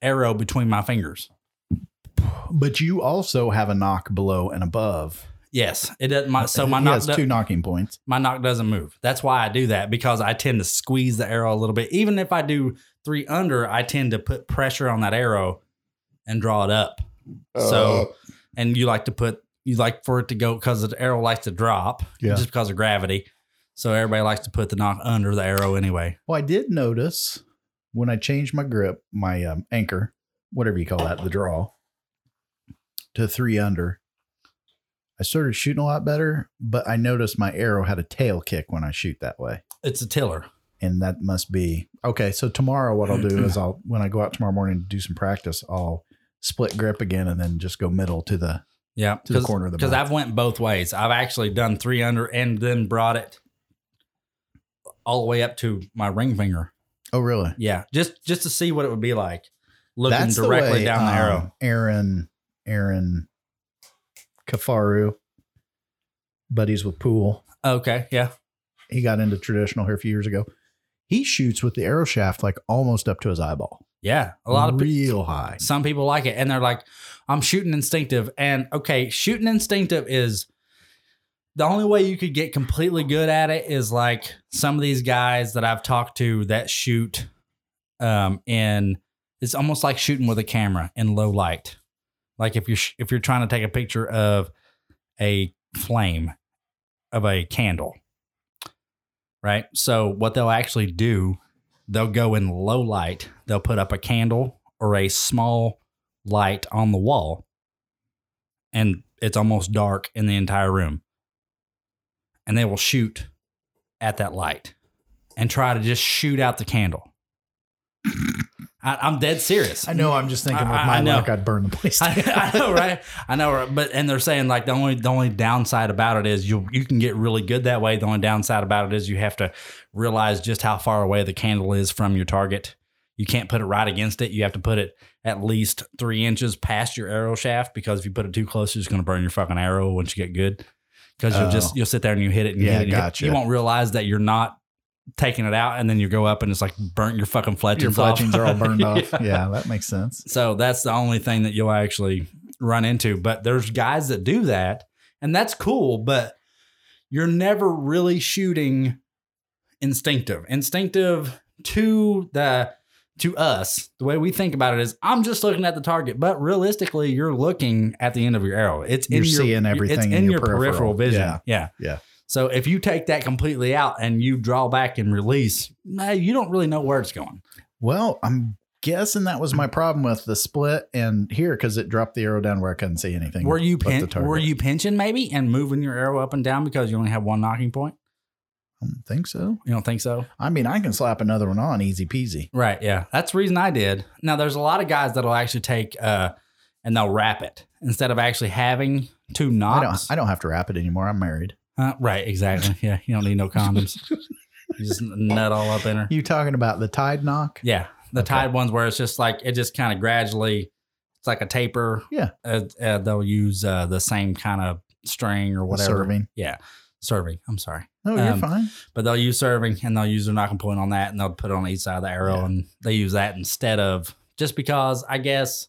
G: arrow between my fingers.
F: But you also have a knock below and above.
G: Yes, it doesn't. My, Uh, so my
F: He
G: knock
F: has
G: do-
F: two knocking points.
G: my knock doesn't move. That's why I do that because I tend to squeeze the arrow a little bit. Even if I do three under, I tend to put pressure on that arrow and draw it up. So,
F: Uh.
G: and you like to put, you like for it to go because the arrow likes to drop
F: Yeah.
G: just because of gravity. So everybody likes to put the knock under the arrow anyway.
F: Well, I did notice when I changed my grip, my um, anchor, whatever you call that, the draw, to three under, I started shooting a lot better, but I noticed my arrow had a tail kick when I shoot that way.
G: It's a tiller.
F: And that must be okay. So, tomorrow, what I'll do is I'll, when I go out tomorrow morning to do some practice, I'll split grip again and then just go middle to the,
G: Yeah,
F: To the corner of the
G: because
F: mouth.
G: I've went both ways. I've actually done three under and then brought it all the way up to my ring finger.
F: oh, really?
G: Yeah, just just to see what it would be like looking
F: That's the
G: directly
F: way,
G: down the arrow.
F: um, Aaron, Aaron Kafaru, buddies with Pool.
G: Okay, yeah.
F: He got into traditional here a few years ago. He shoots with the arrow shaft like almost up to his eyeball.
G: Yeah, a lot of people
F: real high.
G: some people like it and they're like I'm shooting instinctive and okay, shooting instinctive is the only way you could get completely good at it is like some of these guys that I've talked to that shoot um in it's almost like shooting with a camera in low light. Like if you're sh- if you're trying to take a picture of a flame of a candle right? So what they'll actually do, they'll go in low light. They'll put up a candle or a small light on the wall, and it's almost dark in the entire room. And they will shoot at that light and try to just shoot out the candle. I, I'm dead serious.
F: I know. I'm just thinking with
G: I- I-
F: my
G: I know.
F: luck, I'd burn the place.
G: [laughs]
F: down.
G: I, I know, right? I know, right? but and they're saying like the only the only downside about it is you you can get really good that way. The only downside about it is you have to realize just how far away the candle is from your target. You can't put it right against it. You have to put it at least three inches past your arrow shaft because if you put it too close, you're just going to burn your fucking arrow once you get good. Because you'll
F: Oh.
G: just you'll sit there and you hit it and you
F: Yeah,
G: hit it and you hit-
F: gotcha.
G: You won't realize that you're not taking it out, and then you go up and it's like burnt your fucking fletchings.
F: [laughs] Your
G: off.
F: fletchings are all
G: [laughs]
F: burned off. Yeah, that makes sense.
G: So that's the only thing that you'll actually run into. But there's guys that do that, and that's cool, but you're never really shooting instinctive. Instinctive to the to us, the way we think about it is I'm just looking at the target, but realistically, you're looking at the end of your arrow. It's in
F: You're
G: your,
F: seeing everything
G: It's
F: in
G: in,
F: your
G: your, peripheral,
F: peripheral.
G: vision.
F: Yeah.
G: yeah.
F: Yeah.
G: So if you take that completely out and you draw back and release, nah, you don't really know where it's going.
F: Well, I'm guessing that was my problem with the split and here because it dropped the arrow down where I couldn't see anything.
G: Were you
F: but the
G: pin-
F: target.
G: were you pinching maybe and moving your arrow up and down because you only have one knocking point?
F: I don't think so.
G: You don't think so?
F: I mean, I can slap another one on easy peasy.
G: Right. Yeah. That's the reason I did. Now, there's a lot of guys that'll actually take uh, and they'll wrap it instead of actually having two
F: I don't.
G: knots.
F: I don't have to wrap it anymore. I'm married.
G: Uh, right. [laughs] Exactly. Yeah. You don't need no condoms. you just nut all up in [laughs] her.
F: You talking about the tide knock?
G: Yeah. The tied ones where it's just like, it just kind of gradually, it's like a taper.
F: Yeah.
G: Uh, uh, they'll use uh, the same kind of string or whatever.
F: serving.
G: Yeah. Serving. I'm sorry.
F: No, you're
G: Um,
F: fine.
G: But they'll use serving and they'll use their knocking point on that and they'll put it on each side of the arrow and they use that instead of just because I guess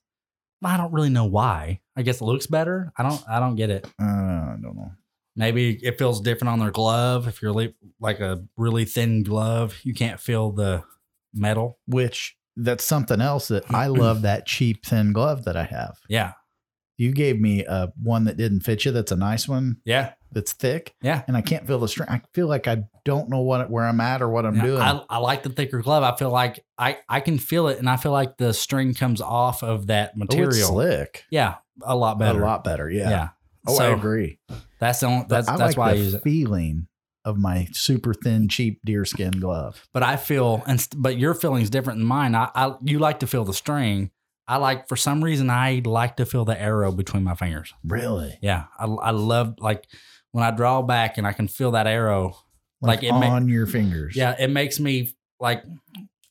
G: I don't really know why. I guess it looks better. I don't I don't get it.
F: Uh, I don't know.
G: Maybe it feels different on their glove. If you're li- like a really thin glove, you can't feel the metal.
F: Which that's something else
G: [clears throat]
F: that I love that cheap thin glove that I have.
G: Yeah.
F: You gave me a one that didn't fit you. That's a nice one.
G: Yeah.
F: That's thick.
G: Yeah.
F: And I can't feel the string. I feel like I don't know what where I'm at or what I'm
G: Yeah,
F: doing.
G: I, I like the thicker glove. I feel like I, I can feel it and I feel like the string comes off of that
F: Oh,
G: material.
F: it's slick.
G: Yeah. A lot better.
F: A lot better. Yeah.
G: Yeah.
F: Oh, I
G: So,
F: agree.
G: That's the only,
F: But
G: that's,
F: I
G: that's
F: like
G: why I
F: the
G: use it.
F: feeling of my super thin, cheap deerskin glove.
G: but I feel and st- but your feeling's different than mine. I, I you like to feel the string. I like for some reason I like to feel the arrow between my fingers.
F: Really?
G: Yeah, I I love like when I draw back and I can feel that arrow. Like,
F: Like,
G: it ma-
F: on your fingers.
G: yeah, it makes me like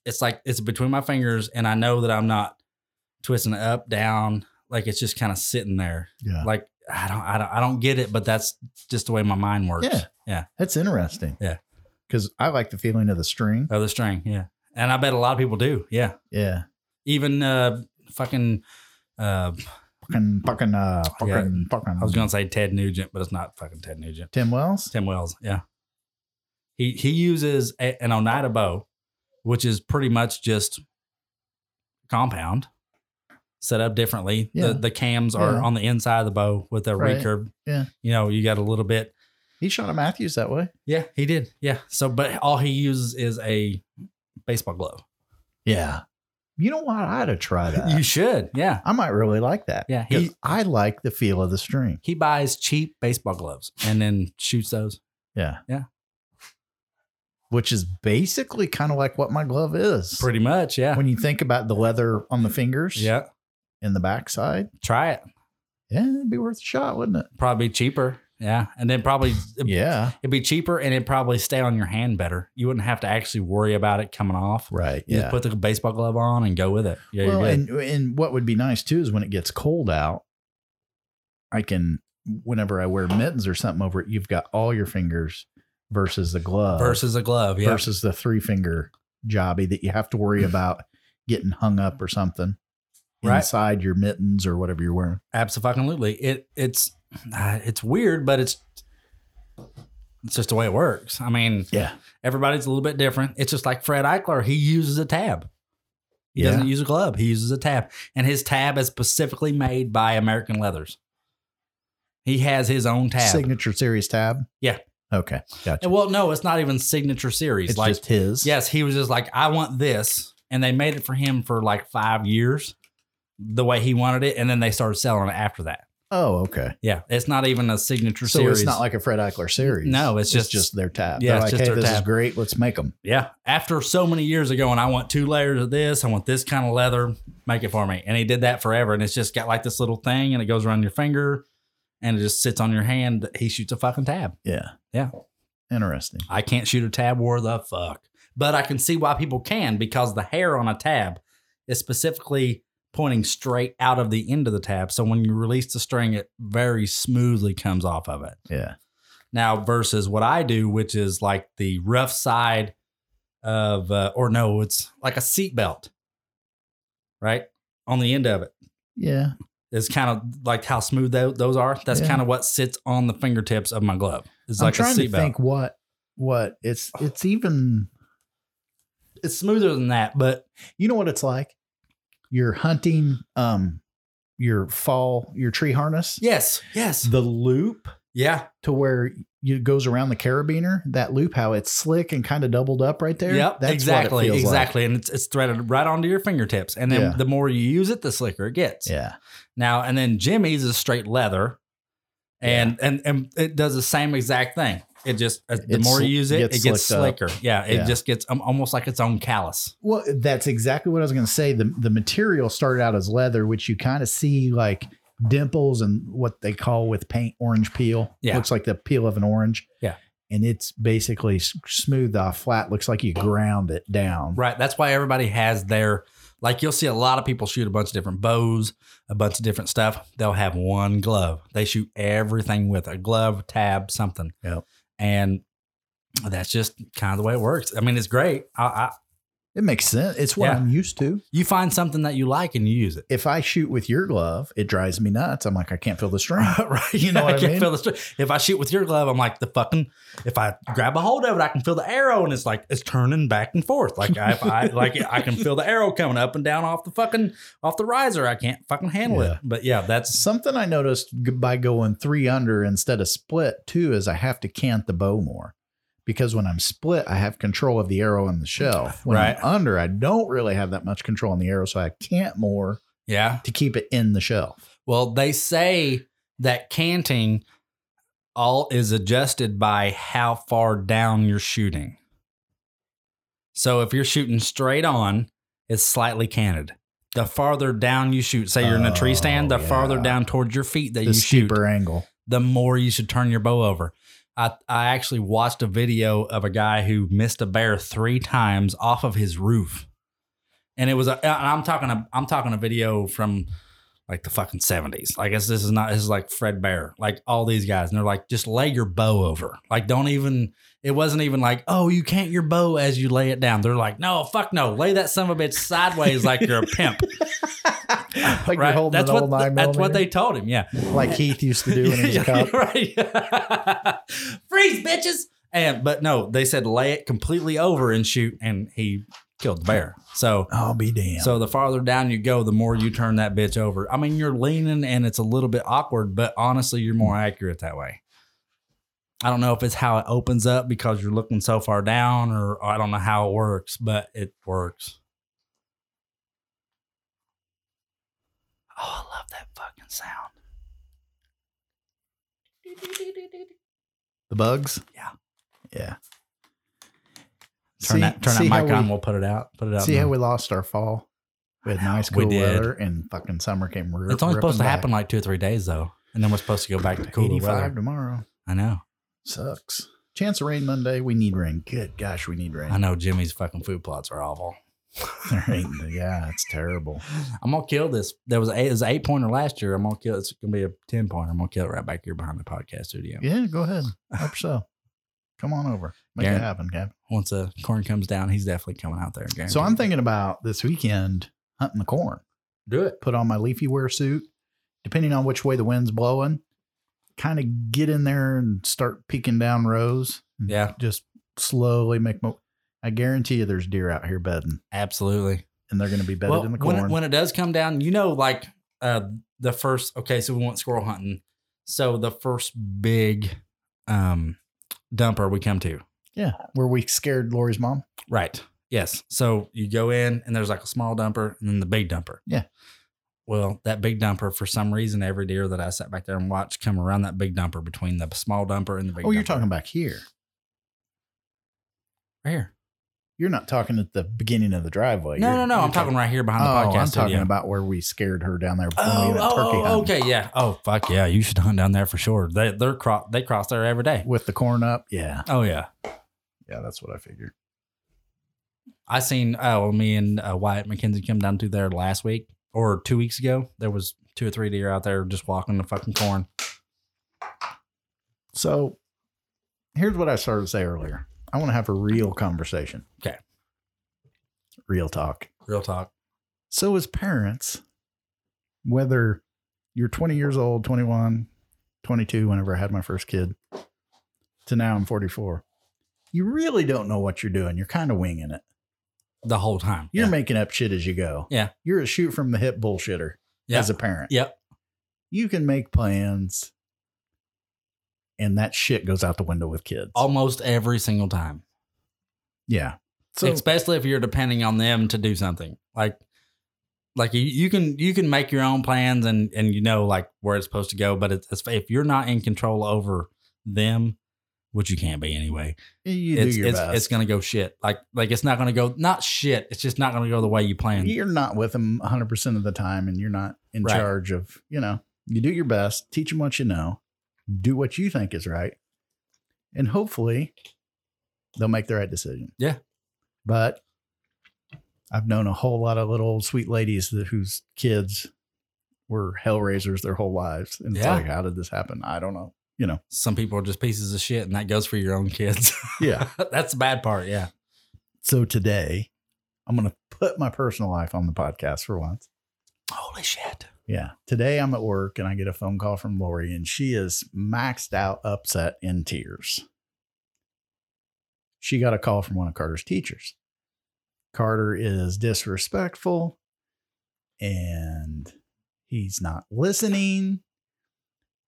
G: it's like it's between my fingers and I know that I'm not twisting it up down. Like it's just kind of sitting there.
F: Yeah.
G: Like I don't I don't I don't get it, but that's just the way my mind works.
F: Yeah.
G: Yeah.
F: That's interesting.
G: Yeah.
F: Because I like the feeling of the string.
G: Oh, the string. Yeah. And I bet a lot of people do. Yeah.
F: Yeah.
G: Even uh fucking uh
F: Fucking, fucking, uh, fucking,
G: Yeah.
F: fucking.
G: I was gonna say Ted Nugent, but it's not fucking Ted Nugent.
F: Tim Wells?
G: Tim Wells, yeah. He he uses a, an Oneida bow, which is pretty much just compound set up differently.
F: Yeah.
G: The the cams are
F: Yeah.
G: on the inside of the bow with a
F: Right.
G: recurve.
F: Yeah.
G: You know, you got a little bit.
F: He shot a Matthews that way.
G: Yeah, he did. Yeah. So, but all he uses is a baseball glove.
F: Yeah. You know what? I'd have
G: [laughs]
F: tried that.
G: You should. Yeah.
F: I might really like that.
G: Yeah,
F: 'Cause
G: he-
F: I like the feel of the string.
G: He buys cheap baseball gloves and then shoots those.
F: Yeah.
G: Yeah.
F: Which is basically kind of like what my glove is.
G: Pretty much. Yeah.
F: When you think about the leather on the fingers
G: yeah.
F: and the backside,
G: Try it.
F: yeah, it'd be worth a shot, wouldn't it?
G: Probably cheaper. Yeah. And then probably
F: Yeah.
G: it'd be cheaper and it'd probably stay on your hand better. You wouldn't have to actually worry about it coming off.
F: Right.
G: You
F: Yeah.
G: just put the baseball glove on and go with it. Yeah,
F: well,
G: you're good.
F: and and what would be nice too is when it gets cold out, I can whenever I wear mittens or something over it, you've got all your fingers versus the glove
G: versus a glove. Yeah.
F: versus the three finger jobby that you have
G: [laughs]
F: to worry about getting hung up or something
G: Right.
F: inside your mittens or whatever you're wearing.
G: Absolutely. It it's uh, it's weird, but it's it's just the way it works. I mean,
F: Yeah.
G: everybody's a little bit different. It's just like Fred Eichler, he uses a tab. He
F: Yeah.
G: doesn't use a glove. He uses a tab. And his tab is specifically made by American Leathers. He has his own tab.
F: Signature series tab.
G: Yeah.
F: Okay, gotcha.
G: Well, no, it's not even signature series.
F: It's
G: like
F: just his.
G: Yes, he was just like, I want this, and they made it for him for like five years, the way he wanted it, and then they started selling it after that.
F: Oh, okay.
G: Yeah, it's not even a signature
F: So
G: series.
F: it's not like a Fred Eichler series.
G: No, it's just-
F: just their tab.
G: Yeah,
F: Yeah,
G: it's
F: like,
G: just
F: hey,
G: their
F: this is
G: tab."
F: great. Let's make them.
G: Yeah, after so many years ago, and I want two layers of this. I want this kind of leather. Make it for me. And he did that forever, and it's just got like this little thing, and it goes around your finger, and it just sits on your hand. He shoots a fucking tab.
F: Yeah,
G: Yeah.
F: interesting.
G: I can't shoot a tab where the fuck. But I can see why people can because the hair on a tab is specifically pointing straight out of the end of the tab. So when you release the string, it very smoothly comes off of it.
F: Yeah.
G: Now versus what I do, which is like the rough side of, uh, or no, it's like a seatbelt, right? On the end of it
F: Yeah,
G: is kind of like how smooth tho- those are. That's
F: Yeah.
G: kind of what sits on the fingertips of my glove. It's
F: I'm
G: like
F: trying
G: a
F: to
G: seatbelt.
F: think what what it's it's even.
G: It's smoother than that, but
F: you know what it's like. You're hunting um your fall your tree harness.
G: Yes, yes.
F: The loop
G: Yeah.
F: to where you it goes around the carabiner. That loop, how it's slick and kind of doubled up right there.
G: Yep,
F: That's what it
G: exactly,
F: feels like.
G: exactly, and it's it's threaded right onto your fingertips, and then
F: Yeah.
G: the more you use it, the slicker it gets.
F: Yeah.
G: Now and then, Jimmy's is straight leather, and and and it does the same exact thing. It just uh, the
F: It's
G: more you
F: sl-
G: use it,
F: gets
G: it gets
F: slicked
G: slicker.
F: up.
G: Yeah, it
F: Yeah.
G: just gets um, almost like its own callus.
F: Well, that's exactly what I was going to say. The the material started out as leather, which you kind of see like dimples and what they call with paint orange peel.
G: Yeah.
F: looks like the peel of an orange.
G: Yeah.
F: and it's basically s- smoothed off flat. Looks like you ground it down.
G: Right. That's why everybody has their like you'll see a lot of people shoot a bunch of different bows, a bunch of different stuff. They'll have one glove. They shoot everything with a glove, tab, something.
F: Yep.
G: And that's just kind of the way it works. I mean, it's great. I, I
F: It makes sense. It's what
G: Yeah.
F: I'm used to.
G: you find something that you like and you use it.
F: If I shoot with your glove, it drives me nuts. I'm like, I can't
G: [laughs]
F: feel the string.
G: right.
F: You know what I
G: can
F: mean?
G: Feel the str- if I shoot with your glove, I'm like the fucking. If I grab a hold of it, I can feel the arrow, and it's like it's turning back and forth. Like I, if
F: [laughs]
G: I like I can feel the arrow coming up and down off the fucking off the riser. I can't fucking handle it.
F: Yeah.
G: But yeah, that's
F: Something I noticed g- by going three under instead of split too is I have to cant the bow more because when I'm split, I have control of the arrow and the shell. When
G: Right.
F: I'm under, I don't really have that much control on the arrow, so I cant more
G: yeah.
F: to keep it in the shell.
G: Well, they say that canting all is adjusted by how far down you're shooting. So if you're shooting straight on, it's slightly canted. The farther down you shoot, say you're in a tree stand, the
F: Oh,
G: farther
F: yeah.
G: down towards your feet that
F: The
G: you shoot,
F: steeper angle.
G: the more you should turn your bow over. I, I actually watched a video of a guy who missed a bear three times off of his roof, and it was a. And I'm talking a. I'm talking a video from like the fucking seventies. Like guess this is not. This is like Fred Bear. Like all these guys, and they're like, just lay your bow over. Like don't even. It wasn't even like, oh, you can't your bow as you lay it down. They're like, no, fuck no, lay that son of a bitch sideways like you're a pimp.
F: [laughs] Like you're holding
G: That's
F: an
G: what.
F: old nine
G: that's what
F: millimeter.
G: they told him. Yeah.
F: Like Heath used to do when
G: [laughs]
F: he was a cop.
G: right. [laughs] Freeze, bitches. And but no, they said lay it completely over and shoot, and he killed the bear. So
F: I'll be damned.
G: so the farther down you go, the more you turn that bitch over. I mean, you're leaning and it's a little bit awkward, but honestly, you're more accurate that way. I don't know if it's how it opens up because you're looking so far down, or I don't know how it works, but it works. Oh, I love that fucking sound.
F: The bugs?
G: Yeah.
F: Yeah.
G: Turn
F: See-
G: that turn that
F: see how
G: mic on.
F: we-
G: We, will put it out. Put it out.
F: See
G: in
F: how
G: the-
F: we lost our fall? We had nice
G: um, We
F: cool
G: did.
F: weather and fucking summer came ri-
G: it's only
F: ripping
G: supposed to
F: back.
G: happen like two or three days though, and then we're supposed to go back to cooler
F: 85
G: weather.
F: tomorrow.
G: I know.
F: Sucks. Chance of rain Monday. We need rain. Good gosh, we need rain.
G: I know Jimmy's fucking food plots are awful.
F: [laughs] There ain't- yeah, it's terrible.
G: I'm gonna kill this. There was a it was an eight pointer last year. I'm gonna kill. It's gonna be a ten pointer. I'm gonna kill it right back here behind the podcast studio.
F: Yeah, go ahead. Hope so. Come on over. Make
G: Yeah.
F: it happen, Gavin.
G: Once a corn comes down, he's definitely coming out there. Guaranteed.
F: So I'm thinking about this weekend hunting the corn.
G: Do it.
F: Put on my leafy wear suit. Depending on which way the wind's blowing, kind of get in there and start peeking down rows.
G: Yeah,
F: Just slowly make my. I guarantee you, there's deer out here bedding,
G: absolutely.
F: and they're going to be bedded
G: Well,
F: in the corn.
G: when it, when it does come down, you know, like uh the first. Okay, so we went squirrel hunting. So the first big um dumper we come to.
F: Yeah. Where we scared Lori's mom.
G: Right. Yes. So you go in and there's like a small dumper and then the big dumper.
F: Yeah.
G: Well, that big dumper, for some reason, every deer that I sat back there and watched come around that big dumper between the small dumper and the big
F: oh,
G: dumper.
F: you're talking back here.
G: Right here.
F: You're not talking at the beginning of the driveway.
G: No,
F: You're-
G: no, no.
F: you're
G: I'm talking right here behind the
F: Oh,
G: podcast.
F: I'm talking
G: studio.
F: about where we scared her down there. when
G: Oh,
F: we went
G: oh,
F: turkey
G: oh,
F: hunting
G: okay, yeah. Oh, fuck yeah. You should hunt down there for sure. They they're cro- they cross there every day.
F: With the corn up. Yeah.
G: Oh yeah.
F: Yeah, that's what I figured.
G: I seen oh me and uh, Wyatt McKenzie come down to there last week or two weeks ago. There was two or three deer out there just walking the fucking corn.
F: So here's what I started to say earlier. I want to have a real conversation.
G: Okay.
F: Real talk.
G: Real talk.
F: So as parents, whether you're 20 years old, 21, 22, whenever I had my first kid, to now I'm 44, you really don't know what you're doing. You're kind of winging it.
G: The whole time.
F: You're making up shit as you go.
G: Yeah.
F: You're a shoot from the hip bullshitter
G: Yeah.
F: as a parent.
G: Yep.
F: You can make plans and that shit goes out the window with kids.
G: Almost every single time.
F: Yeah. So
G: Especially if you're depending on them to do something. Like like you, you can you can make your own plans and and you know like where it's supposed to go, but it's, it's if you're not in control over them, which you can't be anyway.
F: you
G: it's,
F: do your
G: it's,
F: best.
G: it's gonna go shit. Like like it's not gonna go not shit. It's just not gonna go the way you planned.
F: you're not with them 100% of the time and you're not in
G: Right.
F: charge of, you know, you do your best, teach them what you know, do what you think is right. And hopefully they'll make the right decision.
G: Yeah.
F: But I've known a whole lot of little old sweet ladies that, whose kids were hellraisers their whole lives. And it's
G: Yeah.
F: like, how did this happen? I don't know. You know,
G: Some people are just pieces of shit, and that goes for your own kids. [laughs]
F: yeah.
G: That's the bad part. Yeah.
F: So today I'm going to put my personal life on the podcast for once.
G: Holy shit.
F: Yeah. Today I'm at work and I get a phone call from Lori and she is maxed out, upset, in tears. She got a call from one of Carter's teachers. Carter is disrespectful and he's not listening.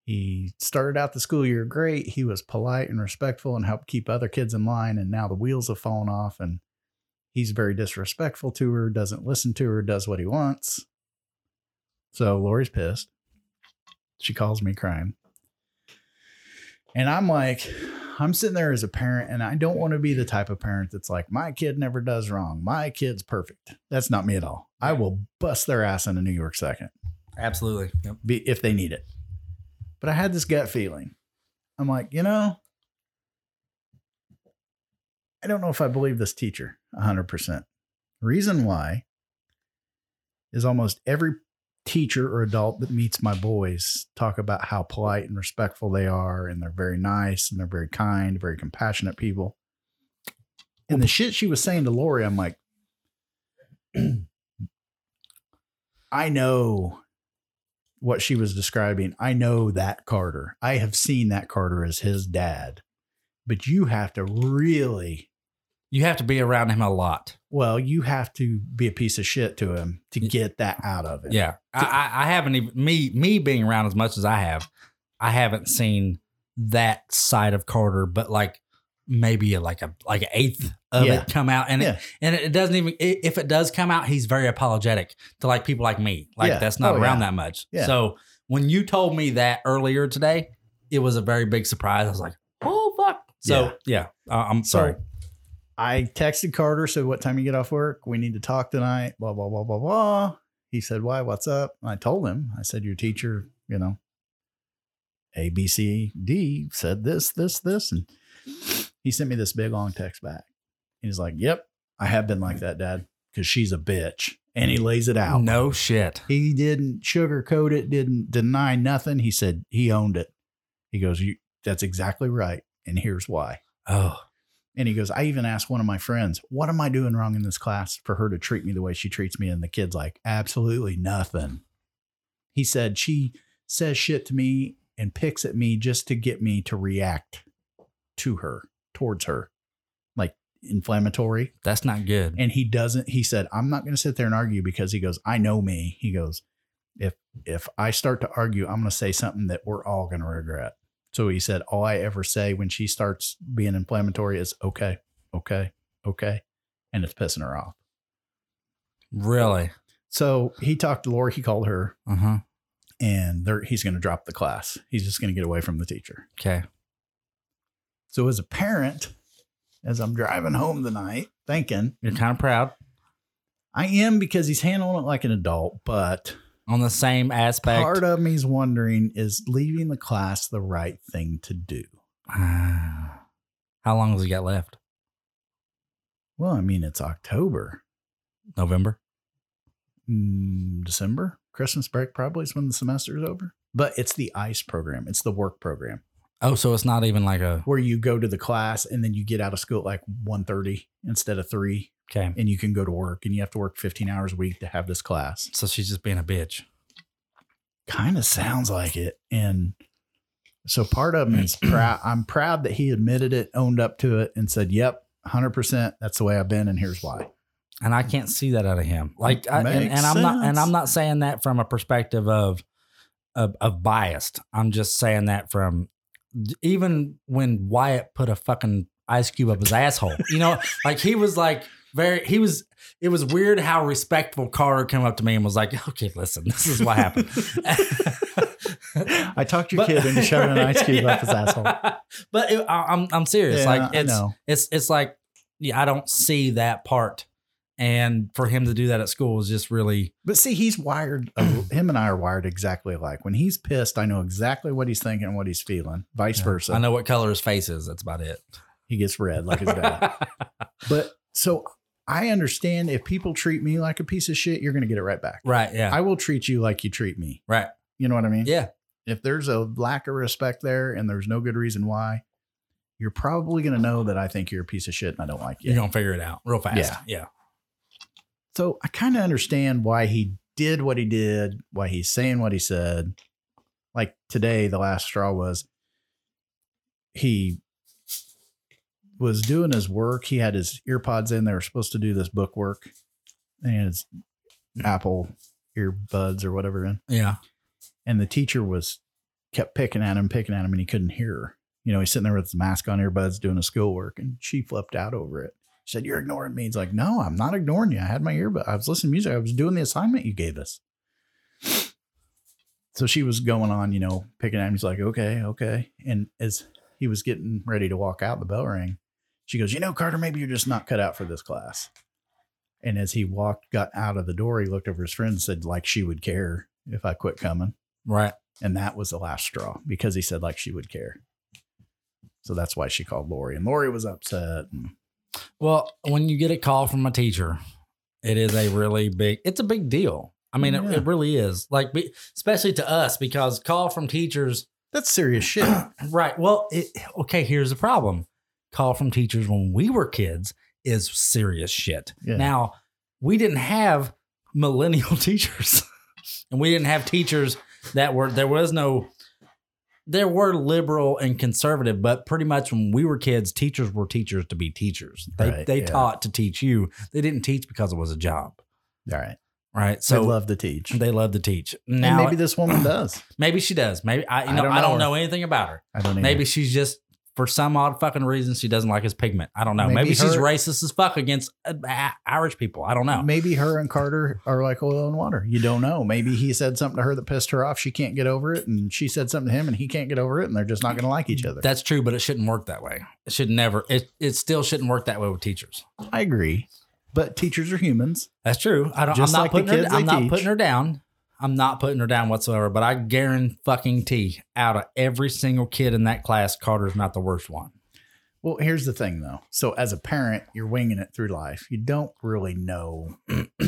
F: He started out the school year great. He was polite and respectful and helped keep other kids in line. And now the wheels have fallen off and he's very disrespectful to her, doesn't listen to her, does what he wants. So Lori's pissed. She calls me crying. And I'm like, I'm sitting there as a parent, and I don't want to be the type of parent that's like, my kid never does wrong. My kid's perfect. That's not me at all. I will bust their ass in a New York second
G: Absolutely. Yep.
F: be, if they need it. But I had this gut feeling. I'm like, you know, I don't know if I believe this teacher 100%. Reason why is almost every teacher or adult that meets my boys talk about how polite and respectful they are and they're very nice and they're very kind, very compassionate people. And the shit she was saying to Lori, I'm like, [clears throat] I know what she was describing. I know that Carter. I have seen that Carter as his dad. But you have to really
G: You have to be around him a lot.
F: well, you have to be a piece of shit to him to get that out of him.
G: Yeah. I, I, I haven't even me me being around as much as I have, I haven't seen that side of Carter, but like maybe like a like an eighth of
F: Yeah.
G: it come out. And
F: Yeah.
G: it and it doesn't even i- if it does come out, he's very apologetic to like people like me. Like
F: Yeah.
G: that's not
F: Oh,
G: around
F: yeah.
G: that much.
F: Yeah.
G: So when you told me that earlier today, it was a very big surprise. I was like, oh fuck. So yeah, uh, I'm
F: So,
G: sorry.
F: I texted Carter, said, What time you get off work? We need to talk tonight. Blah, blah, blah, blah, blah. He said, Why? What's up? And I told him, I said, Your teacher, you know, A, B, C, D said this, this, this. And he sent me this big long text back. He's like, Yep, I have been like that, Dad, because she's a bitch. And he lays it out.
G: No shit.
F: He didn't sugarcoat it, didn't deny nothing. He said he owned it. He goes, you, That's exactly right. And here's why.
G: Oh.
F: And he goes, I even asked one of my friends, What am I doing wrong in this class for her to treat me the way she treats me? And the kid's like, Absolutely nothing. He said, She says shit to me and picks at me just to get me to react to her, towards her, like inflammatory.
G: That's not good.
F: And he doesn't, he said, I'm not going to sit there and argue because he goes, I know me. He goes, if if I start to argue, I'm going to say something that we're all going to regret. So he said, All I ever say when she starts being inflammatory is okay, okay, okay. And it's pissing her off.
G: Really?
F: So he talked to Lori, he called her,
G: Uh huh.
F: and they're, he's going to drop the class. He's just going to get away from the teacher.
G: Okay.
F: So as a parent, as I'm driving home the night, thinking,
G: You're kind of proud
F: I am because he's handling it like an adult, but
G: on the same aspect.
F: part of me's wondering is leaving the class the right thing to do?
G: Ah. [sighs] How long has he got left?
F: Well, I mean, it's October,
G: November.
F: mm, December, Christmas break probably is when the semester is over. But it's the ICE program, it's the work program
G: Oh, so it's not even like a
F: where you go to the class and then you get out of school at like 1.30 instead of 3
G: okay.
F: and you can go to work and you have to work 15 hours a week to have this class.
G: So she's just being a bitch.
F: kind of sounds like it. And so part of me is proud. I'm proud that he admitted it, owned up to it, and said, "Yep, hundred percent. That's the way I've been, and here's why."
G: And I can't see that out of him. Like, I, and,
F: Makes
G: and I'm not, and I'm
F: sense.
G: not saying that from a perspective of, of, of biased. I'm just saying that from even when Wyatt put a fucking ice cube up his asshole, you
F: [laughs]
G: know, like he was like very, he was, it was weird how respectful Carter came up to me and was like, okay, listen, this is what happened.
F: I talked your kid into shoving an [laughs] ice cube up his asshole.
G: [laughs] But it, I, I'm I'm serious.
F: Yeah,
G: like
F: I
G: it's
F: know.
G: it's it's like yeah, I don't see that part. And for him to do that at school is just really
F: But see, he's [clears throat] wired. Him and I are wired exactly alike. When he's pissed, I know exactly what he's thinking and what he's feeling. Vice versa.
G: I know what color his face is. That's about it.
F: He gets red like his [laughs] dad. but so I understand if people treat me like a piece of shit, you're going to get it right back.
G: [laughs] Right. Yeah.
F: I will treat you like you treat me.
G: right.
F: You know what I mean?
G: Yeah.
F: if there's a lack of respect there and there's no good reason why, you're probably going to know that I think you're a piece of shit and I don't like you.
G: You're gonna figure it out real fast. Yeah.
F: Yeah. So I kind of understand why he did what he did, why he's saying what he said. Like today, the last straw was he was doing his work. He had his ear pods in. They were supposed to do this book work and he had his Apple earbuds or whatever in
G: Yeah.
F: and the teacher was kept picking at him, picking at him, and he couldn't hear her. You know, he's sitting there with his mask on, earbuds, doing his schoolwork, and she flipped out over it. She said, "You're ignoring me." He's like, "No, I'm not ignoring you. I had my earbud. I was listening to music. I was doing the assignment you gave us." So she was going on, you know, picking at him. He's like, "Okay, okay," and as he was getting ready to walk out, the bell rang. She goes, "You know, Carter, maybe you're just not cut out for this class." And as he walked, got out of the door, he looked over his friend and said, "Like she would care if I quit coming."
G: Right.
F: And that was the last straw because he said like she would care. So that's why she called Lori. And Lori was upset. And
G: Well, when you get a call from a teacher, it is a really big. It's a big deal. I mean, it, it really is. Like, be, especially to us, because call from teachers.
F: that's serious shit.
G: Right. Well, it, okay. Here's the problem. Call from teachers when we were kids is serious shit.
F: [coughs] Yeah.
G: Now we didn't have millennial [laughs] teachers, and we didn't have teachers that were there was no there were liberal and conservative, but pretty much when we were kids, teachers were teachers to be teachers. They
F: Right,
G: they
F: yeah.
G: taught to teach you. They didn't teach because it was a job,
F: All right.
G: right?
F: So
G: So
F: they love to teach.
G: they love to teach.
F: and
G: Now
F: maybe
G: maybe, [coughs]
F: this woman does.
G: she does. Maybe I you
F: I
G: know
F: don't
G: I
F: know.
G: don't know anything about her.
F: I don't know.
G: Maybe she's just for some odd fucking reason she doesn't like his pigment. I don't know. Maybe,
F: Maybe
G: she's
F: her-
G: racist as fuck against uh, I- Irish people. I don't know.
F: Maybe her and Carter are like oil and water. You don't know. Maybe he said something to her that pissed her off. She can't get over it. And she said something to him and he can't get over it. And they're just not going to like each other.
G: That's true, but it shouldn't work that way. It should never. It it still shouldn't work that way with teachers.
F: I agree. But teachers are humans.
G: That's true. I don't.
F: Just
G: I'm not
F: like the
G: putting her.
F: kids they
G: I'm not
F: teach.
G: putting her down. I'm not putting her down whatsoever. But I guarantee fucking t out of every single kid in that class, Carter's not the worst one.
F: Well, here's the thing though. So as a parent, you're winging it through life. You don't really know [clears throat]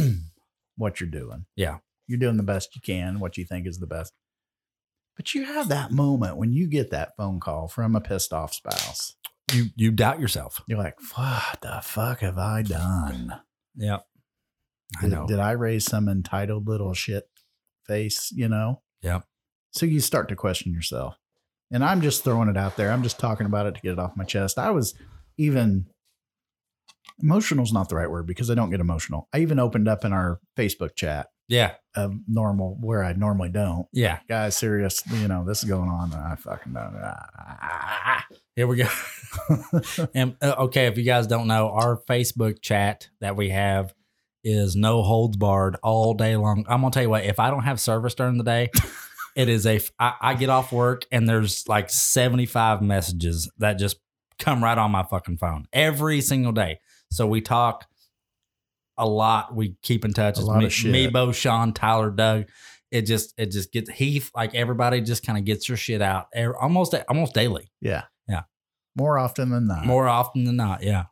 F: what you're doing.
G: Yeah.
F: You're doing the best you can, what you think is the best. But you have that moment when you get that phone call from a pissed off spouse.
G: You you doubt yourself.
F: You're like, what the fuck have I done?
G: Yeah. I
F: Did-
G: know.
F: Did I raise some entitled little shit face, you know?
G: Yeah.
F: So you start to question yourself. And I'm just throwing it out there. I'm just talking about it to get it off my chest. I was even emotional's not the right word because I don't get emotional. I even opened up in our Facebook chat
G: Yeah.
F: Of normal where I normally don't.
G: Yeah.
F: Guys, serious, you know, this is going on and I fucking don't. Ah.
G: Here we go. [laughs] and uh, okay, if you guys don't know, our Facebook chat that we have is no holds barred all day long. I'm gonna tell you what, if I don't have service during the
F: [laughs]
G: day, it is a. f- I, I get off work and there's like 75 messages that just come right on my fucking phone every single day. So we talk a lot. We keep in touch.
F: A
G: It's
F: lot of
G: me,
F: shit.
G: me, Bo, Sean, Tyler, Doug. It just it just gets Heath like everybody just kind of gets your shit out eh, almost almost daily.
F: Yeah.
G: Yeah.
F: [laughs] More often than not.
G: More often than not, yeah.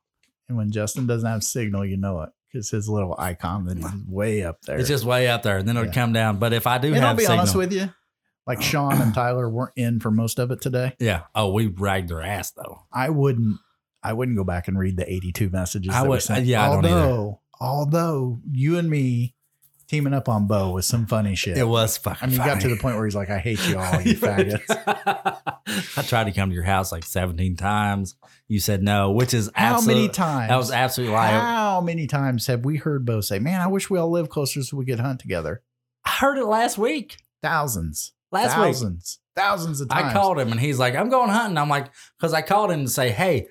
F: And when Justin doesn't have signal, you know it because his little icon that is way up there.
G: It's just way out there, and then it'll
F: Yeah.
G: come down. But if I do
F: and
G: have
F: I'll be
G: signal,
F: honest with you,
G: [clears throat]
F: like Sean and Tyler weren't in for most of it today.
G: yeah. Oh, we ragged their ass though.
F: I wouldn't. I wouldn't go back and read the 82 messages.
G: I
F: that we
G: would- uh,
F: sent.
G: yeah, I don't either.
F: although, although you and me teaming up on Bo was some funny shit.
G: It was fucking.
F: I mean, you got to [laughs]
G: funny.
F: the point where he's like, "I hate you
G: [laughs]
F: all, you faggots."
G: I tried to come to your house like 17 times. You said no, which is
F: [laughs] How many
G: absolute-
F: times?
G: That was absolutely lying.
F: How many times have we heard Bo say, "Man, I wish we all lived closer so we could hunt together"?
G: I heard it last week.
F: Thousands,
G: Last week.
F: thousands, thousands of times.
G: I called him and he's like, I'm going hunting. I'm like, because I called him to say, hey,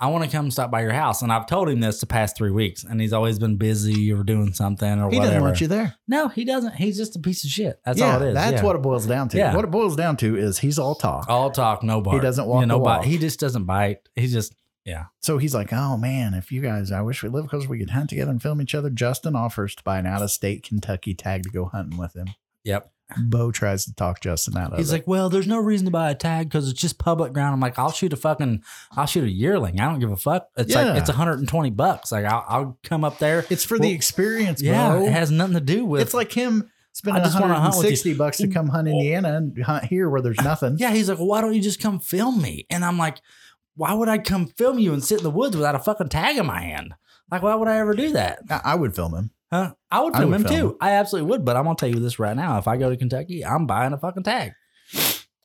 G: I want to come stop by your house. And I've told him this the past three weeks. And he's always been busy or doing something or
F: He
G: whatever.
F: doesn't want you there.
G: No, he doesn't. He's just a piece of shit. That's
F: yeah,
G: all it is.
F: That's
G: yeah.
F: what it boils down to.
G: Yeah.
F: What it boils down to is he's all talk.
G: All talk, no bark.
F: He doesn't walk
G: no
F: the
G: bite.
F: walk.
G: He just doesn't bite. He's just, yeah.
F: So he's like, oh man, if you guys, I wish we lived closer, we could hunt together and film each other. Justin offers to buy an out of state Kentucky tag to go hunting with him.
G: Yep.
F: Bo tries to talk Justin out of
G: He's
F: it.
G: like, well, there's no reason to buy a tag because it's just public ground. I'm like, I'll shoot a fucking, I'll shoot a yearling. I don't give a fuck. It's
F: Yeah.
G: like it's 120 bucks. Like I'll, I'll come up there.
F: it's for the
G: Well,
F: experience, bro.
G: Yeah, it has nothing to do with.
F: it's like him spending
G: I just wanna hunt with you.
F: 160 bucks to come hunt Indiana and hunt here where there's nothing.
G: yeah, he's like, why don't you just come film me? And I'm like, why would I come film you and sit in the woods without a fucking tag in my hand? Like, why would I ever do that?
F: I I would film him.
G: Huh? I would
F: I
G: film
F: would
G: him
F: film
G: too. I absolutely would. But I'm gonna tell you this right now: if I go to Kentucky, I'm buying a fucking tag.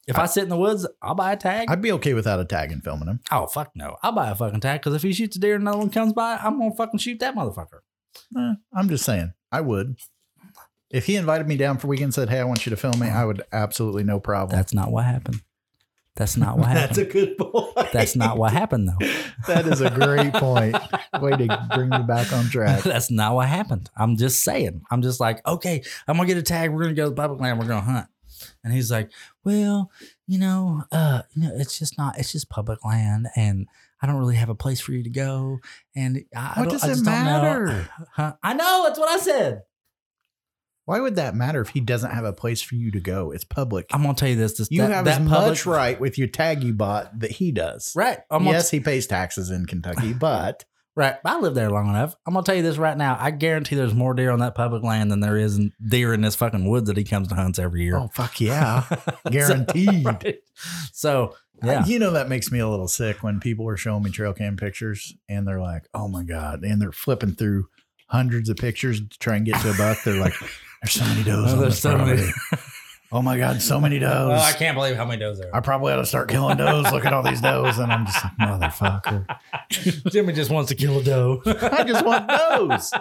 G: If I, sit in the woods, I'll buy a tag.
F: I'd be okay without a tag and filming him.
G: oh fuck no, I'll buy a fucking tag because if he shoots a deer and another one comes by, I'm gonna fucking shoot that motherfucker.
F: Eh, I'm just saying, I would. If he invited me down for weekend and said, hey, I want you to film me, I would absolutely
G: [laughs]
F: no problem.
G: That's not what happened. [laughs] That's not what happened.
F: good boy.
G: That's not what happened though.
F: That is a great point. Way to bring me back on
G: [laughs]
F: track.
G: That's not what happened. I'm just saying. I'm just like, okay, I'm gonna get a tag. We're gonna go to public land. We're gonna hunt. And he's like, well, you know, uh, you know, it's just not. It's just public land, and I don't really have a place for you to go. And I, I
F: What
G: don't-
F: does
G: I
F: it
G: just don't know.
F: matter?
G: Huh? I know. That's what I said.
F: [sighs] Why would that matter if he doesn't have a place for you to go? It's public.
G: I'm gonna tell you this. this
F: You
G: that,
F: have
G: that
F: as
G: public,
F: much right with your tag you bought that he does.
G: right. I'm gonna
F: yes, he pays taxes in
G: [laughs]
F: Kentucky, but
G: Right. I lived there long enough. I'm gonna tell you this right now. I guarantee there's more deer on that public land than there is in deer in this fucking woods that he comes to hunts every year.
F: oh fuck yeah,
G: So-
F: guaranteed.
G: right. [laughs] So yeah.
F: You know that makes me a little sick when people are showing me trail cam pictures and they're like, "Oh my god!" and they're flipping through hundreds of pictures to try and get to a buck. They're like, "There's so many
G: Oh,
F: does.
G: [laughs]
F: on
G: there's
F: this
G: so many.
F: property.
G: [laughs]
F: Oh my god, so many does.
G: Oh, I can't believe how many does there
F: I
G: are.
F: probably ought to start killing does. Look at all these does. And I'm just like, motherfucker.
G: [laughs] Jimmy just wants to kill a [laughs] doe.
F: I just want does.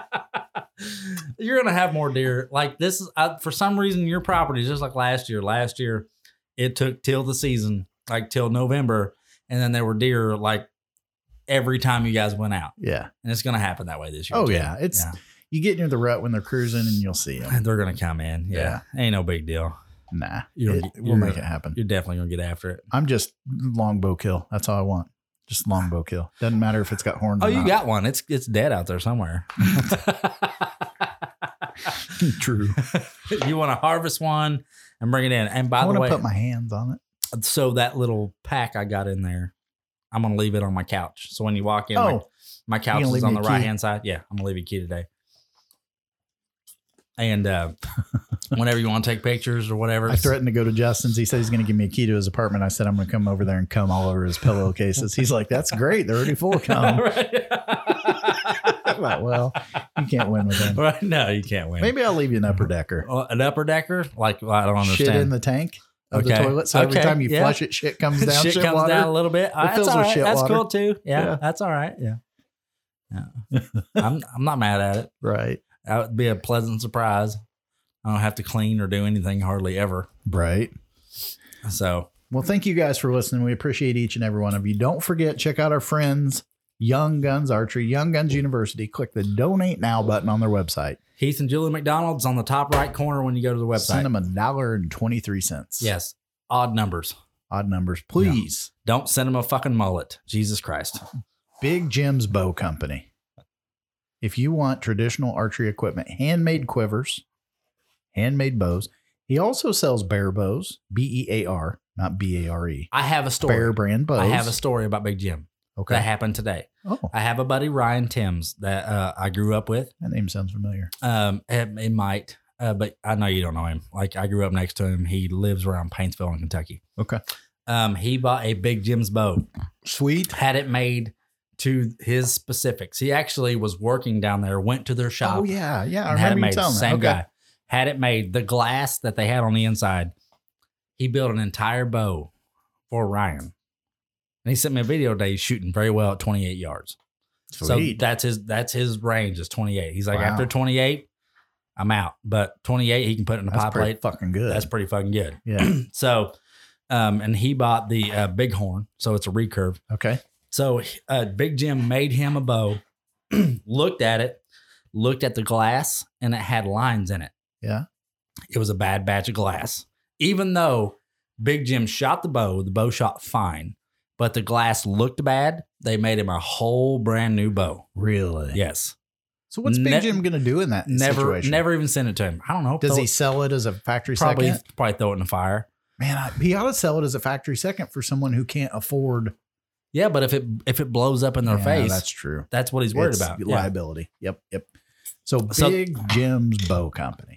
G: [laughs] you're gonna have more deer. Like this is I, for some reason your property is just like last year. Last year it took till the season, like till November, and then there were deer like every time you guys went out.
F: Yeah.
G: And it's gonna happen that way this year.
F: Oh,
G: too.
F: yeah. It's, you get near the rut when they're cruising and you'll see them.
G: And they're gonna come in. Yeah. Ain't no big deal.
F: Nah.
G: You're-
F: It- we'll
G: you're-
F: make it happen.
G: You're definitely gonna get after it.
F: I'm just longbow kill. That's all I want. Just longbow kill. Doesn't matter if it's got horns
G: Oh,
F: or
G: you
F: not.
G: got one. It's it's dead out there [laughs] somewhere.
F: True.
G: you want to harvest one and bring it in. And by
F: I
G: the
F: want to
G: way,
F: put my hands on it.
G: so that little pack I got in there, I'm gonna leave it on my couch. So when you walk in, my-
F: Oh.
G: my, couch
F: gonna
G: is
F: leave
G: on
F: me
G: the
F: a
G: right
F: key?
G: hand side. Yeah, I'm gonna leave you a key today. And uh, [laughs] whenever you want to take pictures or whatever, [laughs]
F: I threatened to go to Justin's. He said he's going to give me a key to his apartment. I said I'm going to come over there and cum all over his pillowcases. He's like, "That's great. They're already
G: [laughs]
F: full of cum." I'm like, [laughs] well, you can't win with him.
G: right? No, you can't win.
F: Maybe I'll leave you an upper decker.
G: Uh, an upper decker, like well, I don't
F: Shit
G: understand.
F: in the tank of
G: Okay.
F: the toilet. So every
G: Okay.
F: time you
G: Yeah.
F: flush it,
G: [laughs]
F: shit comes down.
G: shit, comes
F: water.
G: down a little bit. Ah, that's
F: fills
G: all
F: with
G: right.
F: shit
G: that's
F: water.
G: cool too. Yeah,
F: Yeah.
G: that's all right. Yeah,
F: [laughs]
G: yeah. I'm I'm not mad at it.
F: Right.
G: That would be a pleasant surprise. I don't have to clean or do anything hardly ever.
F: Right.
G: So
F: Well, thank you guys for listening. We appreciate each and every one of you. Don't forget, check out our friends, Young Guns Archery, Young Guns University. Click the donate now button on their website.
G: Heath and Julie McDonald's on the top right corner when you go to the website.
F: Send them a dollar and 23 cents.
G: Yes. Odd numbers.
F: Odd numbers, please.
G: Don't send them a fucking mullet. Jesus Christ.
F: Big Jim's Bow Company. If you want traditional archery equipment, handmade quivers, handmade bows. He also sells bear bows, B E A R, not B A R E.
G: I have a story.
F: Bear brand bows.
G: I have a story about Big Jim.
F: Okay.
G: That happened today.
F: Oh.
G: I have a buddy, Ryan Timms, that uh, I grew up with.
F: That name sounds familiar.
G: Um, it, it might, uh, but I know you don't know him. Like I grew up next to him. He lives around Paintsville in Kentucky.
F: Okay.
G: Um, he bought a Big Jim's bow.
F: Sweet.
G: Had it made to his specifics. He actually was working down there, went to their shop.
F: Oh, yeah. Yeah. I
G: and had it
F: remember you
G: made.
F: telling me.
G: Same
F: Okay.
G: guy had it made. The glass that they had on the inside, he built an entire bow for Ryan, and he sent me a video today. He's shooting very well at 28 yards.
F: Sweet.
G: So that's his that's his range is 28. He's like
F: Wow.
G: after 28, I'm out. But 28, he can put it in a
F: That's
G: pie
F: pretty
G: plate.
F: fucking good.
G: That's pretty fucking good.
F: Yeah.
G: [clears throat] so, um, and he bought the uh, bighorn, so it's a recurve.
F: Okay.
G: So uh, Big Jim made him a bow, [clears throat] looked at it, looked at the glass, and it had lines in it.
F: Yeah.
G: It was a bad batch of glass. Even though Big Jim shot the bow, the bow shot fine, but the glass looked bad. They made him a whole brand new bow.
F: Really?
G: Yes.
F: So what's Big
G: Ne-
F: Jim going to do in that
G: Never,
F: situation?
G: never even sent it to him. I don't know.
F: Does
G: Throw-
F: he sell it as a factory
G: probably
F: second?
G: probably throw it in the fire?
F: Man, I- he ought to sell it as a factory second for someone who can't afford.
G: Yeah, but if it if it blows up in their
F: Yeah,
G: face,
F: that's true.
G: That's what he's worried
F: It's
G: about. Yeah.
F: liability. Yep, yep. So
G: So-
F: Big Jim's Bow Company.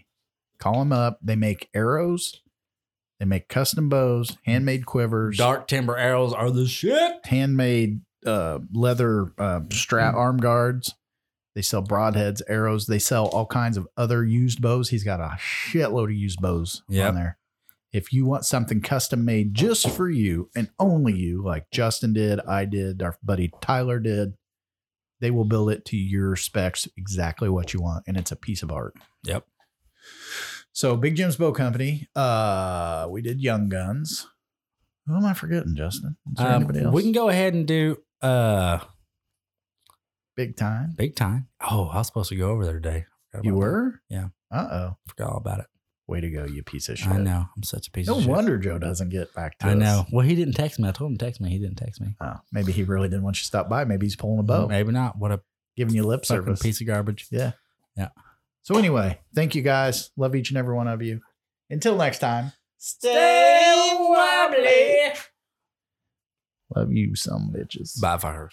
F: Call them up. They make arrows. They make custom bows, handmade quivers,
G: Dark timber arrows are the shit.
F: handmade uh, leather uh,
G: Mm.
F: strap arm guards. They sell broadheads, arrows. They sell all kinds of other used bows. He's got a shitload of used bows
G: Yep.
F: on there. If you want something custom made just for you and only you, like Justin did, I did, our buddy Tyler did, they will build it to your specs exactly what you want. And it's a piece of art.
G: Yep.
F: So Big Jim's Bow Company. Uh, we did Young Guns. Who am I forgetting, Justin? Is there
G: Um,
F: anybody else?
G: we can go ahead and do uh
F: Big time.
G: big time. Oh, I was supposed to go over there today. Forgot about
F: You
G: that.
F: were?
G: Yeah.
F: Uh oh.
G: Forgot all about it.
F: Way to go, you piece of shit.
G: I know. I'm such a piece
F: No
G: of shit.
F: wonder Joe doesn't get back to
G: I
F: us.
G: know. Well, he didn't text me. I told him to text me. He didn't text me.
F: Oh, maybe he really didn't want you to stop by. Maybe he's pulling a bow,
G: Maybe not. What a
F: giving you lip
G: fucking
F: service.
G: piece of garbage.
F: Yeah.
G: Yeah.
F: So anyway, thank you guys. Love each and every one of you. Until next time,
G: Stay wobbly.
F: love you, some bitches.
G: Bye, fuckers.